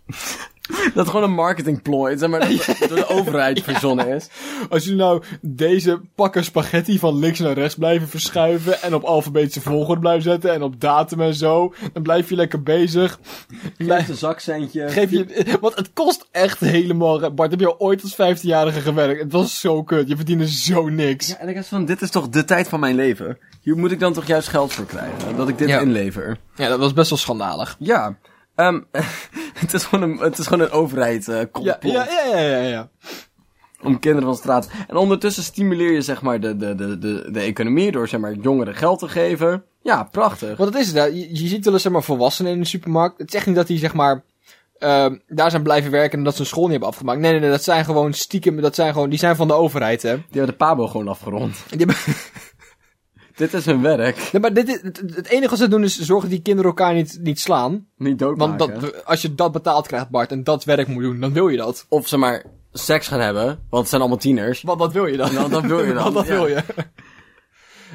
[SPEAKER 1] Dat is gewoon een marketingplooi, zeg maar, <laughs> dat door de overheid verzonnen is.
[SPEAKER 2] Als jullie nou deze pakken spaghetti van links naar rechts blijven verschuiven en op alfabetische volgorde blijven zetten en op datum en zo, dan blijf je lekker bezig.
[SPEAKER 1] Blijft een zakcentje.
[SPEAKER 2] Geef je, want het kost echt helemaal... re- Bart, heb je al ooit als 15-jarige gewerkt? Het was zo kut. Je verdiende zo niks.
[SPEAKER 1] Ja, en ik had van, dit is toch de tijd van mijn leven? Hier moet ik dan toch juist geld voor krijgen, dat ik dit
[SPEAKER 2] Ja.
[SPEAKER 1] inlever?
[SPEAKER 2] Ja, dat was best wel schandalig.
[SPEAKER 1] Ja, <laughs> ehm, het, is gewoon een, het is gewoon een overheid eh,
[SPEAKER 2] Ja,
[SPEAKER 1] complot.
[SPEAKER 2] ja, ja, ja, ja. ja.
[SPEAKER 1] om kinderen van straat. En ondertussen stimuleer je zeg maar de, de, de, de, de economie door zeg maar jongeren geld te geven. Ja, prachtig.
[SPEAKER 2] Want dat is het. hè. Je, je ziet wel eens zeg maar, volwassenen in de supermarkt. Het is echt niet dat die zeg maar, ehm, daar zijn blijven werken en dat ze hun school niet hebben afgemaakt. Nee, nee, nee. Dat zijn gewoon stiekem. Dat zijn gewoon, die zijn van de overheid, hè.
[SPEAKER 1] Die hebben de pabo gewoon afgerond.
[SPEAKER 2] Die hebben-
[SPEAKER 1] Dit is hun werk.
[SPEAKER 2] <laughs> nee, maar dit is, het, het enige wat ze doen is zorgen dat die kinderen elkaar niet, niet slaan.
[SPEAKER 1] Niet doodmaken.
[SPEAKER 2] Want dat, als je dat betaald krijgt, Bart, en dat werk moet doen, dan wil je dat.
[SPEAKER 1] Of ze maar seks gaan hebben, want het zijn allemaal tieners.
[SPEAKER 2] Want dat wil je dan.
[SPEAKER 1] Dan- dat wil <laughs>
[SPEAKER 2] <laughs>
[SPEAKER 1] je dan,
[SPEAKER 2] Want dat
[SPEAKER 1] ja.
[SPEAKER 2] wil je.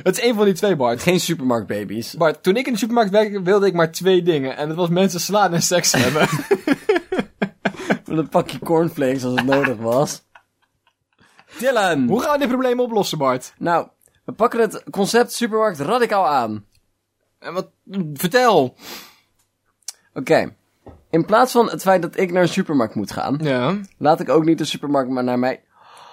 [SPEAKER 2] Het is één van die twee, Bart.
[SPEAKER 1] Geen supermarktbabies.
[SPEAKER 2] Bart, toen ik in de supermarkt werkte, wilde ik maar twee dingen. En dat was mensen slaan en seks <laughs> hebben.
[SPEAKER 1] Met een pakje cornflakes als het nodig was. Dylan!
[SPEAKER 2] Hoe gaan we dit probleem oplossen, Bart?
[SPEAKER 1] Nou, we pakken het concept supermarkt radicaal aan.
[SPEAKER 2] En wat, vertel.
[SPEAKER 1] Oké. In plaats van het feit dat ik naar een supermarkt moet gaan,
[SPEAKER 2] Ja.
[SPEAKER 1] laat ik ook niet de supermarkt maar naar mij.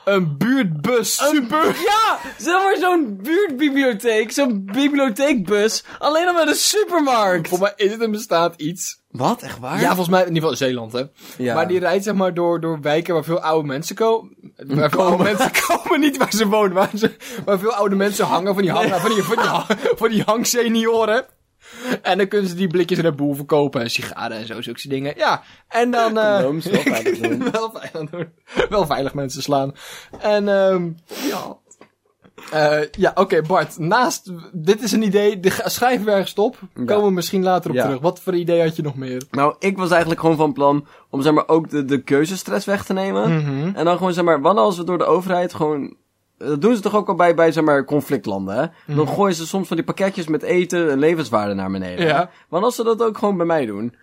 [SPEAKER 2] Een buurtbus. super.
[SPEAKER 1] Ja! Zeg maar zo'n buurtbibliotheek, zo'n bibliotheekbus, alleen al met een supermarkt!
[SPEAKER 2] Volgens mij is het een bestaand iets.
[SPEAKER 1] Wat, echt waar?
[SPEAKER 2] Ja, volgens mij in ieder geval Zeeland, hè.
[SPEAKER 1] Ja.
[SPEAKER 2] Maar die rijdt zeg maar door, door wijken waar veel oude mensen komen. Waar veel oude mensen <laughs> komen, niet waar ze wonen. Waar, ze, waar veel oude mensen hangen van die, hang, van die, van die, hang- van die hangsenioren. En dan kunnen ze die blikjes Red Bull verkopen en sigaren en zo, zulke dingen. Ja, en dan... eh,
[SPEAKER 1] Condooms, wel veilig
[SPEAKER 2] <laughs>
[SPEAKER 1] doen.
[SPEAKER 2] wel veilig doen. Wel veilig mensen slaan. En, ehm ja... Eh, ja, oké, Bart. Naast, dit is een idee. De, schrijf er ergens op. Komen we misschien later op
[SPEAKER 1] Ja.
[SPEAKER 2] terug. Wat voor idee had je nog meer?
[SPEAKER 1] Nou, ik was eigenlijk gewoon van plan om zeg maar ook de, de keuzestress weg te nemen.
[SPEAKER 2] Mhm.
[SPEAKER 1] En dan gewoon zeg maar, wanneer als we door de overheid gewoon. eh, Dat doen ze toch ook al bij, bij zeg maar conflictlanden, hè?
[SPEAKER 2] Mhm.
[SPEAKER 1] Dan gooien ze soms van die pakketjes met eten en levenswaarde naar beneden.
[SPEAKER 2] Ja.
[SPEAKER 1] Wanneer als ze dat ook gewoon bij mij doen?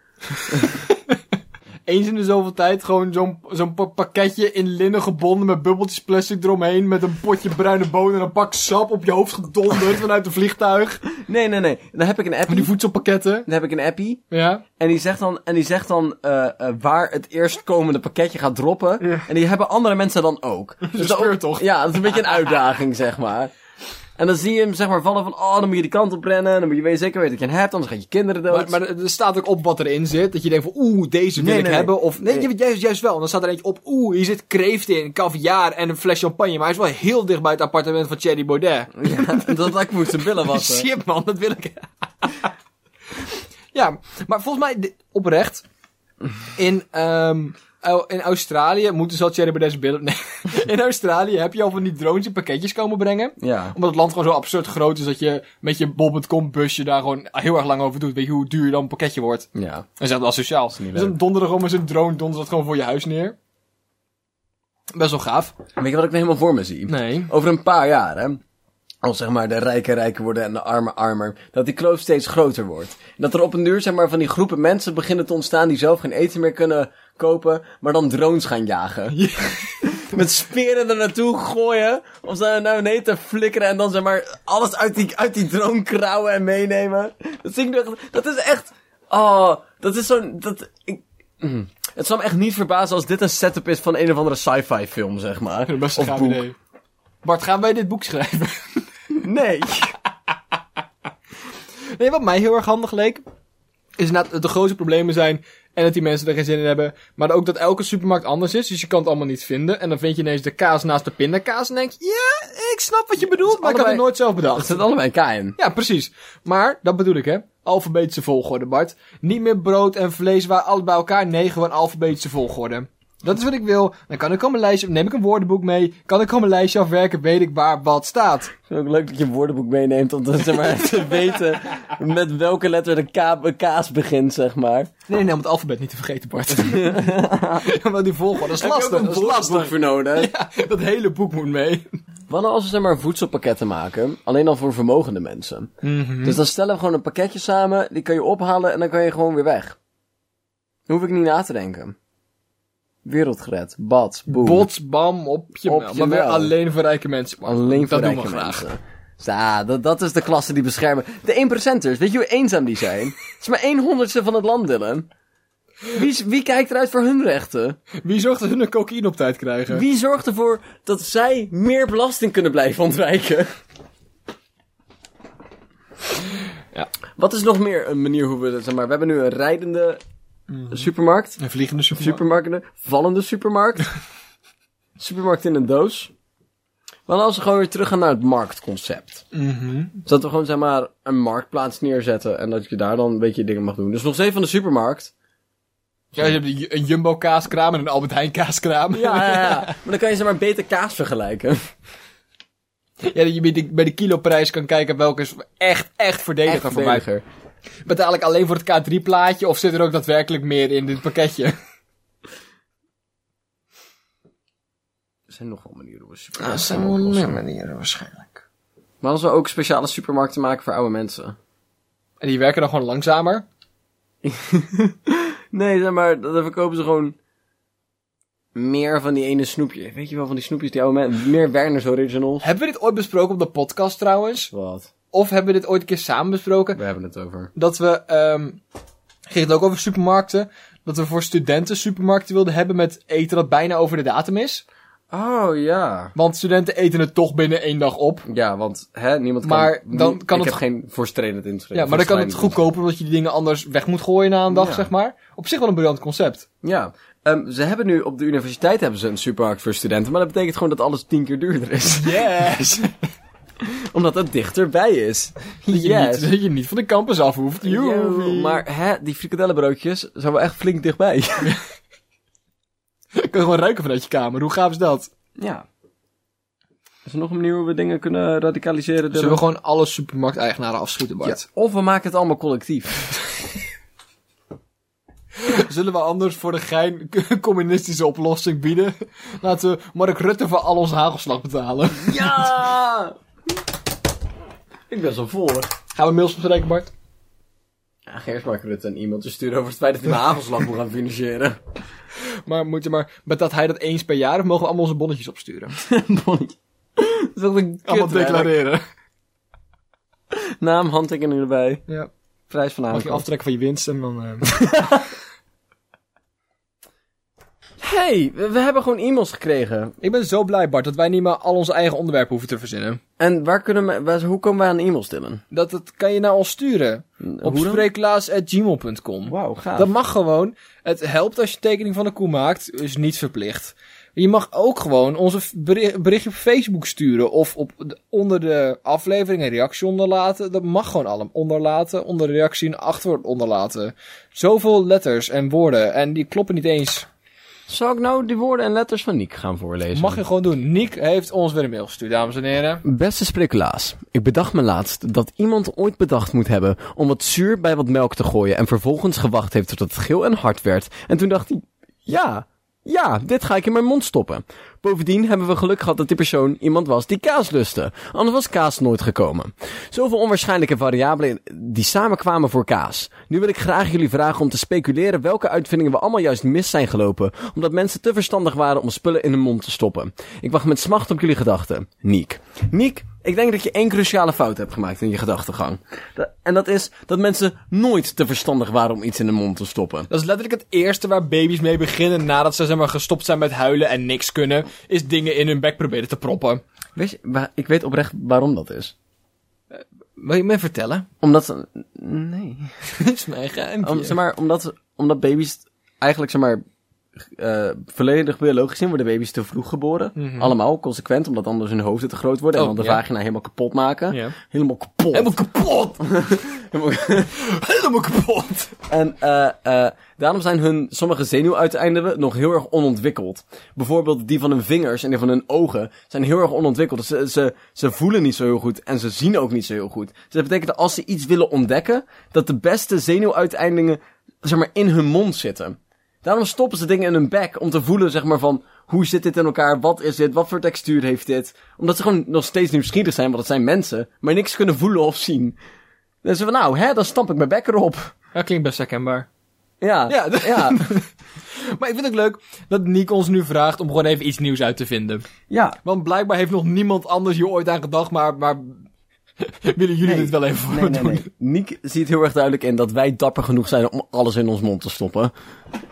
[SPEAKER 2] Eens in de zoveel tijd gewoon zo'n zo'n pa- pakketje in linnen gebonden met bubbeltjes plastic eromheen. Met een potje bruine bonen en een pak sap op je hoofd gedonderd vanuit een vliegtuig.
[SPEAKER 1] Nee, nee, nee. Dan heb ik een
[SPEAKER 2] Van
[SPEAKER 1] appie.
[SPEAKER 2] die voedselpakketten. Dus
[SPEAKER 1] Dan heb ik een appie.
[SPEAKER 2] Ja.
[SPEAKER 1] En die zegt dan, en die zegt dan eh, eh, waar het eerstkomende pakketje gaat droppen. En die hebben andere mensen dan
[SPEAKER 2] <laughs>
[SPEAKER 1] ook.
[SPEAKER 2] een
[SPEAKER 1] dan-
[SPEAKER 2] speurtocht.
[SPEAKER 1] <laughs> Ja, dat is een beetje een uitdaging, zeg maar. En dan zie je hem zeg maar vallen van, oh, dan moet je die kant op rennen. Dan moet je weet- zeker weten dat je hem hebt, anders gaat je kinderen dood.
[SPEAKER 2] Maar, maar er er staat ook op wat erin zit. Dat je denkt van oeh, deze wil
[SPEAKER 1] Nee,
[SPEAKER 2] ik
[SPEAKER 1] nee,
[SPEAKER 2] hebben.
[SPEAKER 1] nee.
[SPEAKER 2] Of nee,
[SPEAKER 1] Nee.
[SPEAKER 2] ju- Juist, juist wel. En dan staat er eentje op oeh, hier zit kreeft in, caviar en een fles champagne. Maar hij is wel heel dicht bij het appartement van Thierry Baudet.
[SPEAKER 1] <laughs> Ja, dat ik moest zijn billen wassen.
[SPEAKER 2] <laughs> Shit man, dat wil ik. ja, maar volgens mij, di- oprecht, in, ehm, Au- in Australië moeten ze al Cherry Baudet billen... Nee, <laughs> in Australië heb je al van die drones in pakketjes komen brengen.
[SPEAKER 1] Ja.
[SPEAKER 2] Omdat het land gewoon zo absurd groot is dat je met je bob.com busje daar gewoon heel erg lang over doet. Weet je hoe duur dan een pakketje wordt?
[SPEAKER 1] Ja.
[SPEAKER 2] Dat is echt wel sociaal.
[SPEAKER 1] niet
[SPEAKER 2] Dus dan
[SPEAKER 1] leuk.
[SPEAKER 2] donderen gewoon met zo'n drone, donderen dat gewoon voor je huis neer. Best wel gaaf.
[SPEAKER 1] Weet je wat ik nou helemaal voor me zie?
[SPEAKER 2] Nee.
[SPEAKER 1] Over een paar jaar, hè. Als zeg maar de rijken rijker worden en de armen armer. Dat die kloof steeds groter wordt. En dat er op een duur zeg maar van die groepen mensen beginnen te ontstaan die zelf geen eten meer kunnen kopen. Maar dan drones gaan jagen. <laughs> Met speren er naartoe gooien. Om ze naar beneden te flikkeren. En dan zeg maar alles uit die, uit die drone krauwen en meenemen. Dat zie ik nu echt- Dat is echt... Oh, dat is zo'n... Dat, ik, mm. Het zou me echt niet verbazen als dit een setup is van een of andere sci-fi film, zeg maar.
[SPEAKER 2] Best een
[SPEAKER 1] Of
[SPEAKER 2] gaaf
[SPEAKER 1] boek.
[SPEAKER 2] idee. Bart, gaan wij dit boek schrijven?
[SPEAKER 1] Nee.
[SPEAKER 2] Nee, wat mij heel erg handig leek, is inderdaad dat de grote problemen zijn en dat die mensen er geen zin in hebben. Maar ook dat elke supermarkt anders is, dus je kan het allemaal niet vinden. En dan vind je ineens de kaas naast de pindakaas en denk je, ja, ik snap wat je bedoelt, maar ik had het
[SPEAKER 1] allebei-
[SPEAKER 2] nooit zelf
[SPEAKER 1] Dat <laughs>
[SPEAKER 2] bedacht.
[SPEAKER 1] zit allebei een K in.
[SPEAKER 2] Ja, precies. Maar, dat bedoel ik hè, alfabetische volgorde Bart. Niet meer brood en vlees waar alles bij elkaar, nee, gewoon alfabetische volgorde. Dat is wat ik wil. Dan kan ik al mijn lijstje, neem ik een woordenboek mee, kan ik al mijn lijstje afwerken, weet ik waar wat staat.
[SPEAKER 1] Ik vind het ook leuk dat je een woordenboek meeneemt om te, zeg maar, <laughs> te weten met welke letter de K een kaas begint, zeg maar.
[SPEAKER 2] Nee, nee, nee, om het alfabet niet te
[SPEAKER 1] <laughs>
[SPEAKER 2] vergeten, Bart. ja, maar die volgorde, dat is lastig. Dat is lastig.
[SPEAKER 1] voor nodig?
[SPEAKER 2] Ja, dat hele boek moet mee.
[SPEAKER 1] Wanneer als we zeg maar voedselpakketten maken, alleen al voor vermogende mensen.
[SPEAKER 2] Mhm.
[SPEAKER 1] Dus dan stellen we gewoon een pakketje samen, die kan je ophalen en dan kan je gewoon weer weg. Dan hoef ik niet na te denken. Wereld gered, bad, boem.
[SPEAKER 2] Bots, bam, op je,
[SPEAKER 1] Op
[SPEAKER 2] mel.
[SPEAKER 1] je
[SPEAKER 2] maar weer
[SPEAKER 1] mel.
[SPEAKER 2] alleen voor rijke mensen. Bart.
[SPEAKER 1] Alleen voor
[SPEAKER 2] dat
[SPEAKER 1] rijke
[SPEAKER 2] doen we graag.
[SPEAKER 1] mensen. Dus Ja, dat, dat is de klasse die beschermen. De 1%ers, weet je hoe eenzaam die zijn? Het is maar 1 honderdste van het land, Dylan. Wie, is- wie kijkt eruit voor hun rechten?
[SPEAKER 2] Wie zorgt dat hun een cocaïne op tijd krijgen?
[SPEAKER 1] Wie zorgt ervoor dat zij meer belasting kunnen blijven ontwijken?
[SPEAKER 2] Ja.
[SPEAKER 1] Wat is nog meer een manier hoe we dat zeg maar? We hebben nu een rijdende supermarkt,
[SPEAKER 2] Een vliegende
[SPEAKER 1] <laughs>
[SPEAKER 2] supermarkt.
[SPEAKER 1] supermarkten, vallende supermarkt, supermarkt in een doos. Maar als we gewoon weer teruggaan naar het marktconcept.
[SPEAKER 2] Mhm.
[SPEAKER 1] Dus dat we gewoon zeg maar een marktplaats neerzetten en dat je daar dan een beetje dingen mag doen. Dus nog steeds van de supermarkt.
[SPEAKER 2] Ja, je hebt een Ju- een Jumbo kaaskraam en een Albert Heijn kaaskraam.
[SPEAKER 1] Ja, ja, ja. <laughs> maar dan kan je zeg maar beter kaas vergelijken.
[SPEAKER 2] <laughs> Ja, dat je bij de, bij de kiloprijs kan kijken welke is echt, echt verdediger
[SPEAKER 1] Echt
[SPEAKER 2] voor mij.
[SPEAKER 1] verdediger.
[SPEAKER 2] Betaal ik alleen voor het K3-plaatje of zit er ook daadwerkelijk meer in dit pakketje?
[SPEAKER 1] Er zijn nogal manieren hoe we
[SPEAKER 2] Ja, dat
[SPEAKER 1] supermarkten
[SPEAKER 2] zijn wel
[SPEAKER 1] kunnen oplossen.
[SPEAKER 2] meer manieren waarschijnlijk.
[SPEAKER 1] Maar als we ook speciale supermarkten maken voor oude mensen.
[SPEAKER 2] En die werken dan gewoon langzamer?
[SPEAKER 1] Nee, zeg maar, dan verkopen ze gewoon meer van die ene snoepje. Weet je wel, van die snoepjes die oude mensen... Meer Werner's Originals.
[SPEAKER 2] Hebben we dit ooit besproken op de podcast trouwens?
[SPEAKER 1] Wat?
[SPEAKER 2] Of hebben we dit ooit een keer samen besproken?
[SPEAKER 1] We hebben het over.
[SPEAKER 2] Dat we, ehm ging het ook over supermarkten, dat we voor studenten supermarkten wilden hebben met eten dat bijna over de datum is.
[SPEAKER 1] Oh, ja.
[SPEAKER 2] Want studenten eten het toch binnen één dag op.
[SPEAKER 1] Ja, want hè, niemand
[SPEAKER 2] Maar
[SPEAKER 1] kan...
[SPEAKER 2] dan kan
[SPEAKER 1] ik
[SPEAKER 2] het-
[SPEAKER 1] heb geen voorstredend inschrijven.
[SPEAKER 2] Ja, maar dan kan het goedkoper omdat je die dingen anders weg moet gooien na een dag,
[SPEAKER 1] Ja.
[SPEAKER 2] zeg maar. Op zich wel een briljant concept.
[SPEAKER 1] Ja. Ehm, ze hebben nu op de universiteit hebben ze een supermarkt voor studenten. Maar dat betekent gewoon dat alles tien keer duurder is. <laughs>
[SPEAKER 2] Yes!
[SPEAKER 1] Omdat het dichterbij is.
[SPEAKER 2] dat,
[SPEAKER 1] <laughs>
[SPEAKER 2] je niet, dat je niet van de campus af hoeft.
[SPEAKER 1] Yo,
[SPEAKER 2] Joepie.
[SPEAKER 1] maar hè, die frikadellenbroodjes zijn wel echt flink dichtbij. <laughs>
[SPEAKER 2] Je <laughs> kan gewoon ruiken vanuit je kamer. Hoe gaaf is dat?
[SPEAKER 1] Ja. Is er nog een manier hoe we dingen kunnen radicaliseren?
[SPEAKER 2] Zullen we
[SPEAKER 1] Dylan?
[SPEAKER 2] gewoon alle supermarkteigenaren afschieten, Bart?
[SPEAKER 1] Ja, Of we maken het allemaal collectief.
[SPEAKER 2] Zullen we anders voor de gein <laughs> een communistische oplossing bieden? Laten we Mark Rutte voor al onze hagelslag betalen.
[SPEAKER 1] <laughs> Ja! Ik ben zo vol.
[SPEAKER 2] Gaan we mails bespreken, Bart?
[SPEAKER 1] Ja, Geers maakt Rutte een e-mailtje sturen over het feit dat hij mijn hagelslag moet gaan financieren.
[SPEAKER 2] Maar moet je maar, betaalt hij dat eens per jaar of mogen we allemaal onze bonnetjes opsturen? <laughs>
[SPEAKER 1] Bonnie. Dat is ook een
[SPEAKER 2] Allemaal
[SPEAKER 1] kutwerk.
[SPEAKER 2] declareren.
[SPEAKER 1] Naam, handtekening erbij.
[SPEAKER 2] Ja.
[SPEAKER 1] Prijs van
[SPEAKER 2] Mag je
[SPEAKER 1] aankoop.
[SPEAKER 2] aftrekken van je winst en dan... eh,
[SPEAKER 1] hey, we, we hebben gewoon e-mails gekregen.
[SPEAKER 2] <laughs> Ik ben zo blij, Bart, dat wij niet meer al onze eigen onderwerpen hoeven te verzinnen.
[SPEAKER 1] En waar kunnen we, waar- hoe komen wij aan e-mails, Timmen?
[SPEAKER 2] Dat, dat kan je naar ons sturen. Op
[SPEAKER 1] Hoe dan?
[SPEAKER 2] spreeklaas.gmail.com.
[SPEAKER 1] Wauw, gaaf.
[SPEAKER 2] Ah. Dat mag gewoon. Het helpt als je tekening van de koe maakt. Is niet verplicht. Je mag ook gewoon onze f- beri- berichtje op Facebook sturen. Of op de- onder de aflevering een reactie onderlaten. Dat mag gewoon allemaal. Onderlaten, onder de reactie een achterwoord onderlaten. Zoveel letters en woorden. En die kloppen niet eens.
[SPEAKER 1] Zal ik nou die woorden en letters van Niek gaan voorlezen?
[SPEAKER 2] Mag je gewoon doen. Nick heeft ons weer een mail gestuurd, dames en heren.
[SPEAKER 1] Beste speculaas, ik bedacht me laatst dat iemand ooit bedacht moet hebben om wat zuur bij wat melk te gooien en vervolgens gewacht heeft tot het geel en hard werd. En toen dacht hij, ja, ja, dit ga ik in mijn mond stoppen. Bovendien hebben we geluk gehad dat die persoon iemand was die kaas lustte. Anders was kaas nooit gekomen. Zoveel onwaarschijnlijke variabelen die samenkwamen voor kaas. Nu wil ik graag jullie vragen om te speculeren welke uitvindingen we allemaal juist mis zijn gelopen, omdat mensen te verstandig waren om spullen in hun mond te stoppen. Ik wacht met smacht op jullie gedachten. Niek. Niek, ik denk dat je één cruciale fout hebt gemaakt in je gedachtegang. Da- En dat is dat mensen nooit te verstandig waren om iets in hun mond te stoppen.
[SPEAKER 2] Dat is letterlijk het eerste waar baby's mee beginnen nadat ze zeg maar, gestopt zijn met huilen en niks kunnen. Is dingen in hun bek proberen te proppen.
[SPEAKER 1] Weet je, wa- ik weet oprecht waarom dat is.
[SPEAKER 2] Wil je me vertellen? <laughs>
[SPEAKER 1] Omdat ze... Nee.
[SPEAKER 2] Dit is mijn geheim.
[SPEAKER 1] Om, zeg maar, omdat, omdat baby's eigenlijk, zeg maar, eh, volledig biologisch gezien worden baby's te vroeg geboren. Allemaal, consequent, omdat anders hun hoofden te groot worden en
[SPEAKER 2] Mhm. Oh,
[SPEAKER 1] dan de
[SPEAKER 2] ja.
[SPEAKER 1] vagina helemaal kapot maken.
[SPEAKER 2] Ja.
[SPEAKER 1] Helemaal kapot.
[SPEAKER 2] Helemaal
[SPEAKER 1] <laughs>
[SPEAKER 2] kapot!
[SPEAKER 1] Helemaal-
[SPEAKER 2] Helemaal kapot!
[SPEAKER 1] En eh, eh, daarom zijn hun sommige zenuwuiteinden nog heel erg onontwikkeld. Bijvoorbeeld die van hun vingers en die van hun ogen zijn heel erg onontwikkeld. Dus Ze, ze, ze voelen niet zo heel goed en ze zien ook niet zo heel goed. Dus dat betekent dat als ze iets willen ontdekken, dat de beste zenuwuiteindingen zeg maar, in hun mond zitten. Daarom stoppen ze dingen in hun bek om te voelen zeg maar, van hoe zit dit in elkaar, wat is dit, wat voor textuur heeft dit. Omdat ze gewoon nog steeds nieuwsgierig zijn, want het zijn mensen, maar niks kunnen voelen of zien. Dan zeggen we, nou, hè, dan stamp ik mijn bek erop.
[SPEAKER 2] Dat klinkt best herkenbaar.
[SPEAKER 1] Ja,
[SPEAKER 2] Ja, d-
[SPEAKER 1] ja.
[SPEAKER 2] Maar ik vind het leuk dat Nick ons nu vraagt om gewoon even iets nieuws uit te vinden.
[SPEAKER 1] Ja.
[SPEAKER 2] Want blijkbaar heeft nog niemand anders hier ooit aan gedacht, maar, maar <laughs> willen jullie dit wel even voor
[SPEAKER 1] Nee,
[SPEAKER 2] me
[SPEAKER 1] nee,
[SPEAKER 2] doen?
[SPEAKER 1] nee. Niek ziet heel erg duidelijk in dat wij dapper genoeg zijn om alles in ons mond te stoppen.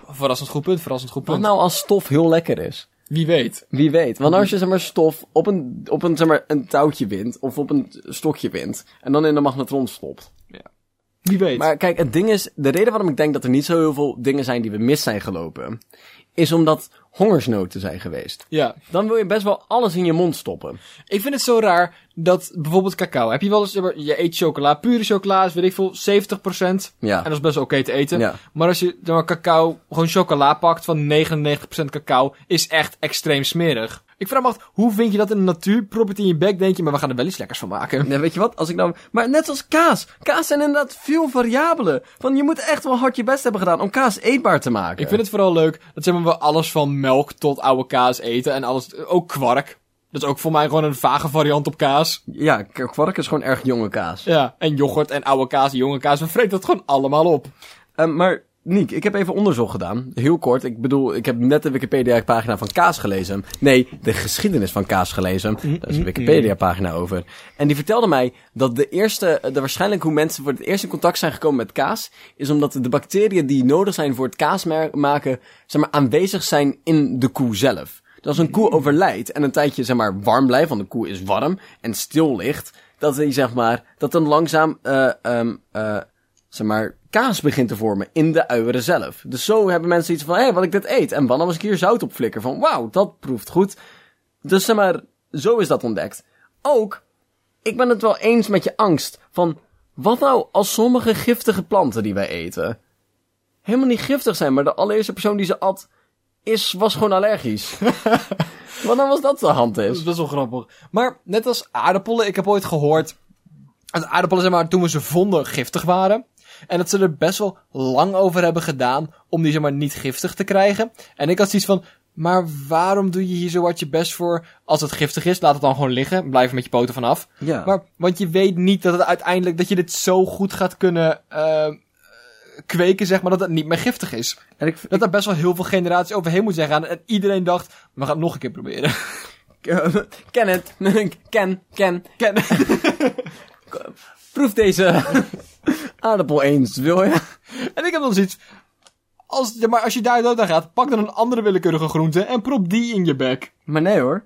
[SPEAKER 2] Verrassend goed punt, verrassend goed
[SPEAKER 1] Wat
[SPEAKER 2] punt.
[SPEAKER 1] nou als stof heel lekker is?
[SPEAKER 2] Wie weet.
[SPEAKER 1] Wie weet. Want als je zeg maar, stof op, een, op een, zeg maar, een touwtje bindt of op een stokje bindt en dan in de magnetron stopt.
[SPEAKER 2] Wie weet.
[SPEAKER 1] Maar kijk, het ding is, de reden waarom ik denk dat er niet zo heel veel dingen zijn die we mis zijn gelopen, is omdat hongersnoten zijn geweest.
[SPEAKER 2] Ja.
[SPEAKER 1] Dan wil je best wel alles in je mond stoppen.
[SPEAKER 2] Ik vind het zo raar dat bijvoorbeeld cacao. Heb je wel eens, je eet chocola, pure chocola is weet ik veel, 70%. En
[SPEAKER 1] Ja.
[SPEAKER 2] dat is best wel oké te eten.
[SPEAKER 1] Ja.
[SPEAKER 2] Maar als je zeg maar, cacao, gewoon chocola pakt van 99% cacao, is echt extreem smerig. Ik vraag me af, hoe vind je dat in de natuur? Prop het in je bek, denk je, maar we gaan er wel iets lekkers van maken.
[SPEAKER 1] Ja, weet je wat? Als ik dan... Maar net als kaas. Kaas zijn inderdaad veel variabelen. Van je moet echt wel hard je best hebben gedaan om kaas eetbaar te maken.
[SPEAKER 2] Ik vind het vooral leuk dat zeg maar, we alles van melk tot oude kaas eten en alles, ook kwark. Dat is ook voor mij gewoon een vage variant op kaas.
[SPEAKER 1] Ja, k- kwark is gewoon erg jonge kaas.
[SPEAKER 2] Ja, en yoghurt en oude kaas en jonge kaas. We vreten dat gewoon allemaal op.
[SPEAKER 1] Eh, maar Niek, ik heb even onderzoek gedaan. Heel kort. Ik bedoel, ik heb net de Wikipedia-pagina van kaas gelezen. Nee, de geschiedenis van kaas gelezen. Daar is een Wikipedia-pagina over. En die vertelde mij dat de eerste, de waarschijnlijk hoe mensen voor het eerst in contact zijn gekomen met kaas, is omdat de bacteriën die nodig zijn voor het kaas mer- maken, zeg maar, aanwezig zijn in de koe zelf. Dus als een koe overlijdt en een tijdje, zeg maar, warm blijft, want de koe is warm en stil ligt, dat die, zeg maar, dat dan langzaam, eh ehm eh zeg maar, kaas begint te vormen in de uieren zelf. Dus zo hebben mensen iets van, hé, wat ik dit eet. En wanneer als ik hier zout op flikker van, wauw, dat proeft goed. Dus zeg maar, zo is dat ontdekt. Ook, ik ben het wel eens met je angst van, wat nou als sommige giftige planten die wij eten helemaal niet giftig zijn, maar de allereerste persoon die ze at is, was gewoon allergisch. <laughs> wat nou als dat de hand
[SPEAKER 2] Dat is
[SPEAKER 1] is?
[SPEAKER 2] best wel grappig. Maar net als aardappelen, ik heb ooit gehoord dat aardappelen, zeg maar, toen we ze vonden, giftig waren. En dat ze er best wel lang over hebben gedaan om die, zeg maar, niet giftig te krijgen. En ik had zoiets van, maar waarom doe je hier zo hard je best voor? Als het giftig is, laat het dan gewoon liggen. Blijf er met je poten vanaf.
[SPEAKER 1] Ja.
[SPEAKER 2] Maar, want je weet niet dat het uiteindelijk, dat je dit zo goed gaat kunnen eh, kweken, zeg maar, dat het niet meer giftig is.
[SPEAKER 1] En <laughs> ik,
[SPEAKER 2] Dat daar best wel heel veel generaties overheen moet zijn gaan. En iedereen dacht, we gaan het nog een keer proberen. <laughs>
[SPEAKER 1] eh, <laughs> ken het. ken, ken, ken. Proef deze <laughs> aardappel eens, wil je?
[SPEAKER 2] En ik heb dan zoiets. Als, ja, maar als je daar dood aan gaat, pak dan een andere willekeurige groente en prop die in je bek.
[SPEAKER 1] Maar nee hoor.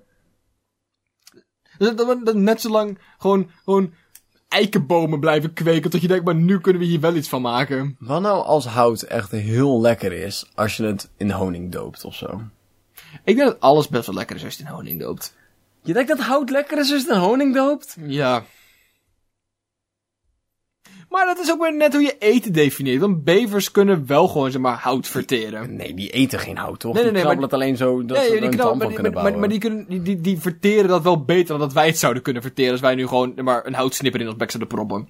[SPEAKER 2] Dus dat- dat, dat net zo lang gewoon, gewoon eikenbomen blijven kweken. Tot je denkt, maar nu kunnen we hier wel iets van maken.
[SPEAKER 1] Wat nou als hout echt heel lekker is als je het in honing doopt of zo?
[SPEAKER 2] Ik denk dat alles best wel lekker is als je in honing doopt.
[SPEAKER 1] Je denkt dat hout lekker is als je het in honing doopt?
[SPEAKER 2] Ja. Maar dat is ook weer net hoe je eten definieert. Want bevers kunnen wel gewoon zeg maar hout verteren.
[SPEAKER 1] Nee, die eten geen hout toch?
[SPEAKER 2] Nee, nee, nee,
[SPEAKER 1] die krabbelen
[SPEAKER 2] maar-
[SPEAKER 1] het alleen zo dat
[SPEAKER 2] Nee,
[SPEAKER 1] ze er
[SPEAKER 2] die
[SPEAKER 1] een tand
[SPEAKER 2] knallen- maar,
[SPEAKER 1] van
[SPEAKER 2] die-
[SPEAKER 1] kunnen
[SPEAKER 2] maar-
[SPEAKER 1] bouwen.
[SPEAKER 2] maar die, kunnen, die- die, die verteren dat wel beter dan dat wij het zouden kunnen verteren. Als wij nu gewoon maar een houtsnipper in ons bek zouden proppen.